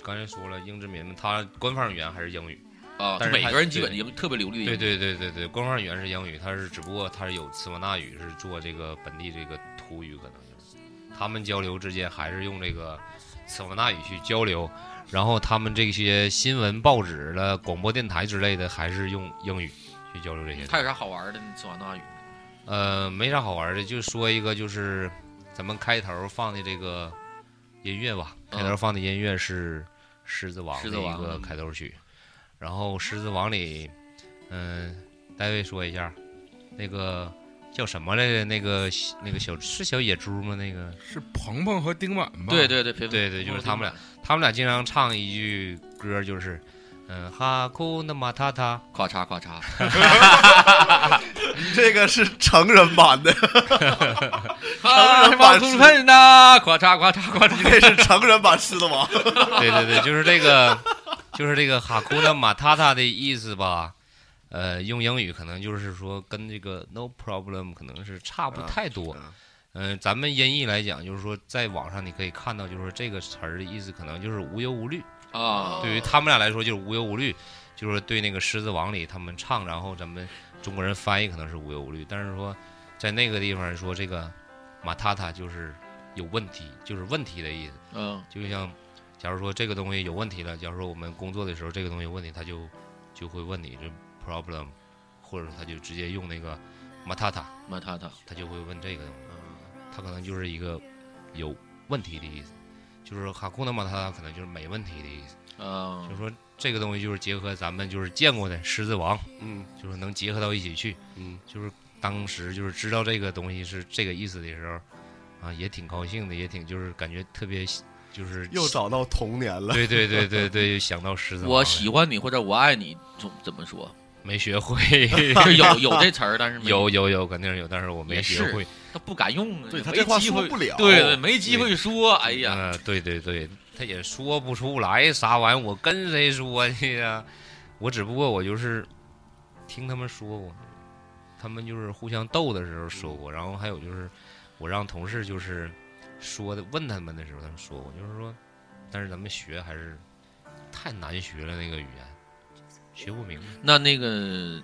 S6: 刚才说了，英殖民他官方语言还是英语，
S3: 啊，
S6: 但
S3: 就是每
S6: 还
S3: 个人基
S6: 对
S3: 本就特别流利的
S6: 对
S3: 英语。
S6: 对对对对，官方语言是英语，它是只不过它是有茨瓦纳语是做这个本地这个土语，可能就是他们交流之间还是用这个茨瓦纳语去交流，然后他们这些新闻报纸了、广播电台之类的还是用英语去交流这些。
S3: 它有啥好玩的？你斯瓦纳语
S6: 呃，没啥好玩的，就说一个就是咱们开头放的这个音乐吧，开头放的音乐是《狮子王》
S3: 嗯狮子
S6: 的一
S3: 王
S6: 个
S3: 嗯
S6: 开头曲，然后《狮子王》里，嗯、大卫说一下，那个叫什么来着？那个那个小是小野猪吗？那个
S4: 是鹏鹏和丁满吧？
S3: 对对对，平
S6: 对对就是他们俩，他们俩经常唱一句歌，就是嗯哈库那马塔塔，
S3: 咔嚓咔 嚓，
S2: 这个是成人版的，
S3: 哈往出喷呐，咔嚓咔嚓咔嚓，
S2: 这是成人版《狮子王》。
S6: 对对对，就是这个， 就是这个哈库那马塔塔的意思吧。呃，用英语可能就是说跟这个 no problem 可能是差不太多。嗯、咱们音译来讲，就是说在网上你可以看到，就是说这个词儿的意思可能就是无忧无虑。
S3: 啊，
S6: 对于他们俩来说就是无忧无虑，就是对那个《狮子王》里他们唱，然后咱们中国人翻译可能是无忧无虑，但是说在那个地方说这个马塔塔就是有问题，就是问题的意思。
S3: 嗯，
S6: 就像假如说这个东西有问题了，假如说我们工作的时候这个东西有问题，他就就会问你这 problem，或者他就直接用那个马塔塔，
S3: 马塔塔，
S6: 他就会问这个东
S2: 嗯
S6: 西，他可能就是一个有问题的意思，就是哈库纳马塔塔可能就是没问题的意思。
S3: 嗯
S6: 就是，说这个东西就是结合咱们就是见过的《狮子王》，
S2: 嗯
S6: 就是能结合到一起去。
S2: 嗯，
S6: 就是当时就是知道这个东西是这个意思的时候，啊，也挺高兴的，也挺就是感觉特别就是
S2: 又找到童年了。
S6: 对对对对对，想到狮子王了，
S3: 我喜欢你或者我爱你，怎怎么说？
S6: 没学会，
S3: 就有有这词儿，但是没
S6: 有，有有肯定是有，但是我没
S3: 也
S6: 学
S3: 是
S6: 会。
S3: 他不敢用啊，
S2: 对他
S3: 没
S2: 这话
S3: 机
S2: 说
S3: 会
S2: 不了
S3: 对对，没机会说，哎呀，
S6: 嗯，对对对，他也说不出来啥玩意儿，我跟谁说去呀？我只不过我就是听他们说过，他们就是互相斗的时候说过，然后还有就是我让同事就是说的问他们的时候，他们说过，就是说，但是咱们学还是太难学了那个语言，学不明白。
S3: 那那个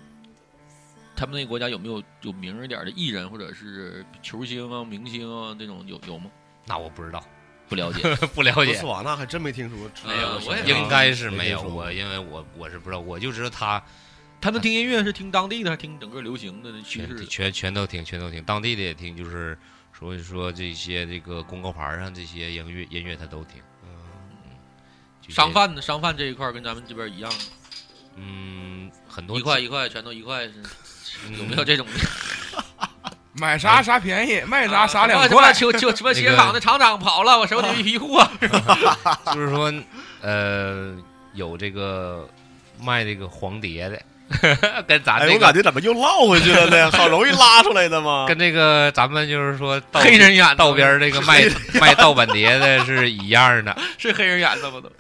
S3: 他们那个国家有没有有名儿一点儿的艺人或者是球星啊、明星啊这种有有吗？
S6: 那我不知道，
S3: 不了解，
S6: 不了
S2: 斯
S6: 解哎
S2: 斯，瓦纳还真没听说过，
S3: 没有啊我也没有
S6: 应该是没有
S2: 没听说过
S6: 我，因为我我是不知道，我就知道他
S3: 他们听音乐是听当地的，还是听整个流行的那趋势
S6: 全
S3: 的？
S6: 全全都听，全都听，当地的也听，就是所以说这些这个公告牌上这些音乐音乐他都听。嗯，就这
S3: 商，贩呢？商贩这一块儿跟咱们这边儿一样吗，
S6: 嗯，很多
S3: 一块一块全都一块是，
S6: 嗯
S3: 有没有这种的？
S4: 买啥啥便宜，卖
S6: 啊
S4: 啥啥两
S3: 啊什么
S4: 块。
S3: 球球什么
S6: 那
S3: 鞋
S6: 个
S3: 厂的厂长跑了，我手里一批货。
S6: 就是说，呃，有这个卖这个黄碟的，跟咱
S2: 哎，
S6: 这
S2: 我
S6: 个、
S2: 感觉怎么又落回去了 呢？好容易拉出来的嘛。
S6: 跟这个咱们就是说道
S3: 黑人演的
S6: 道边儿这个卖卖盗版碟的是一样的，
S3: 是黑人演的吗？都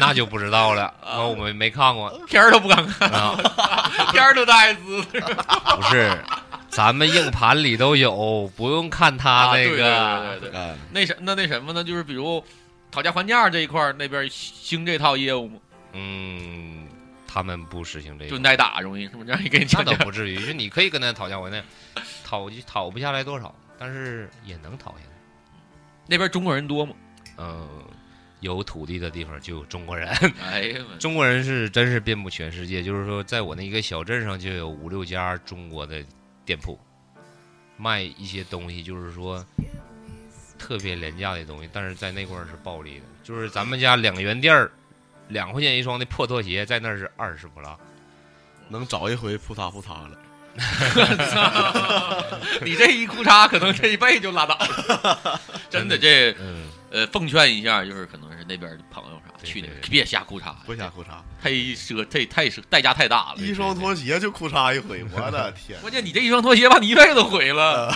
S6: 那就不知 道了，啊，我们没看过
S3: 片儿都不敢看，
S6: 啊。
S3: 片儿都带艾滋。
S6: 不是，咱们硬盘里都有，不用看他
S3: 啊，
S6: 那
S3: 对对
S6: 个。
S3: 对对对，
S2: 啊，
S3: 那什那那什么呢？就是比如讨价还价这一块儿，那边兴这套业务吗？
S6: 嗯，他们不实行这
S3: 就
S6: 个，
S3: 挨打容易，是不是？让人给你
S6: 那
S3: 讲
S6: 倒
S3: 讲。
S6: 不至于。就你可以跟他讨价还价，讨就讨不下来多少，但是也能讨下来。
S3: 那边中国人多吗？
S6: 嗯，有土地的地方就有中国人，
S3: 哎呀妈，
S6: 中国人是真是遍布全世界。就是说，在我那一个小镇上就有五六家中国的店铺，卖一些东西，就是说特别廉价的东西，但是在那块儿是暴利的。就是咱们家两元店儿，两块钱一双的破拖鞋，在那儿是二十不拉。
S2: 能找一回扑嗒扑嗒了。
S3: 你这一裤衩可能这一辈子就拉倒了。 真的，这
S6: 嗯，
S3: 呃，奉劝一下，就是可能是那边的朋友啥，
S6: 对
S3: 去那
S6: 对
S3: 边
S6: 对
S3: 别瞎裤衩，
S2: 不瞎裤衩，
S3: 太奢，这太奢，代价太大了。
S6: 哎
S2: 一双拖鞋就裤衩一回，我的天！
S3: 关键你这一双拖鞋把你一辈子都毁了。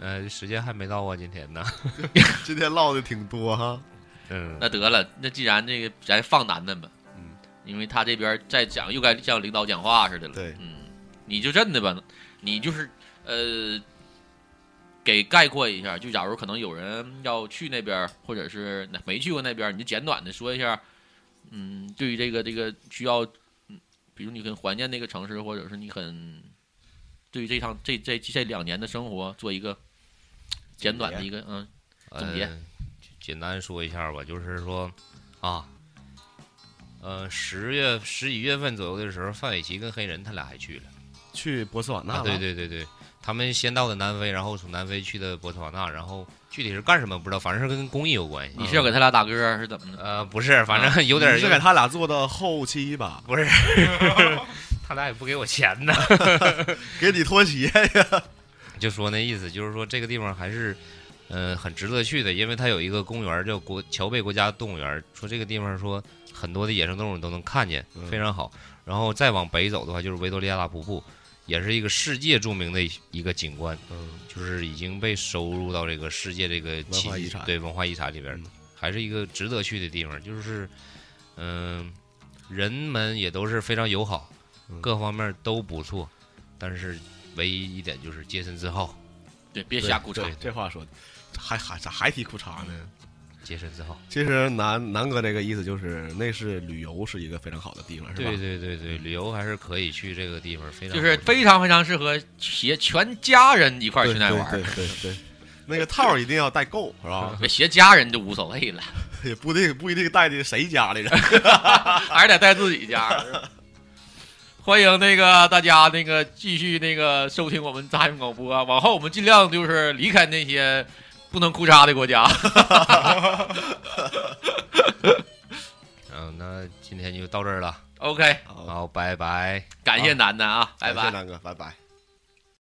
S6: 呃，时间还没到啊，今天呢。
S2: 今天唠的挺多哈，
S6: 嗯，
S3: 那得了，那既然这个咱放楠楠吧，
S2: 嗯，
S3: 因为他这边再讲又该像领导讲话似的了。
S2: 对
S3: 嗯，你就真的吧，你就是呃，给概括一下，就假如可能有人要去那边，或者是没去过那边，你就简短的说一下，嗯，对于这个这个需要，嗯，比如你很怀念那个城市，或者是你很对于这趟这这这两年的生活做一个简短的一个嗯总结
S6: 呃简单说一下吧，就是说啊，呃，十月十一月份左右的时候，范玮琪跟黑人他俩还去了。
S2: 去博斯瓦纳
S6: 啊，
S2: 了
S6: 对，对对对，他们先到的南非，然后从南非去的博茨瓦纳，然后具体是干什么不知道，反正是跟公益有关系。
S3: 你是要给他俩打歌儿是怎么的？
S6: 啊呃不是，反正有点
S2: 你是给他俩做的后期吧？
S6: 不是，他咋也不给我钱呢？
S2: 给你拖鞋呀，
S6: 就说那意思，就是说这个地方还是，呃，很值得去的，因为它有一个公园儿叫国乔贝国家动物园儿，说这个地方说很多的野生动物你都能看见，非常好。然后再往北走的话，就是维多利亚大瀑布，也是一个世界著名的一一个景观，就是已经被收入到这个世界这个
S2: 文化
S6: 七
S2: 遗产
S6: 对文化遗产里边儿的，还是一个值得去的地方。就是，嗯、人们也都是非常友好，各方面都不错，但是唯一一点就是洁身自好。
S3: 对，别瞎鼓掌
S2: 对。，这话说的，还还咋还提裤衩呢？
S6: 洁身自好。
S2: 其实南南哥那个意思就是，那是旅游是一个非常好的地方，是吧
S6: 对？对对对，旅游还是可以去这个地方，非常
S3: 就是
S6: 好
S3: 非常非常适合携全家人一块儿去那玩
S2: 对
S3: 儿，
S2: 对对对，那个套儿一定要带够，是吧？
S3: 别携家人就无所谓了，
S2: 也不一定不一定带的谁家的人。
S3: 还是得带自己家。 是吧欢迎那个大家那个继续那个收听我们杂音广播啊，往后我们尽量就是离开那些不能哭嚓的国家。
S6: 嗯，那今天就到这儿了，
S3: OK，
S2: 好
S6: 好，拜拜。
S3: 感谢楠楠啊，拜
S2: 感
S3: 拜
S2: 谢。南哥，拜拜。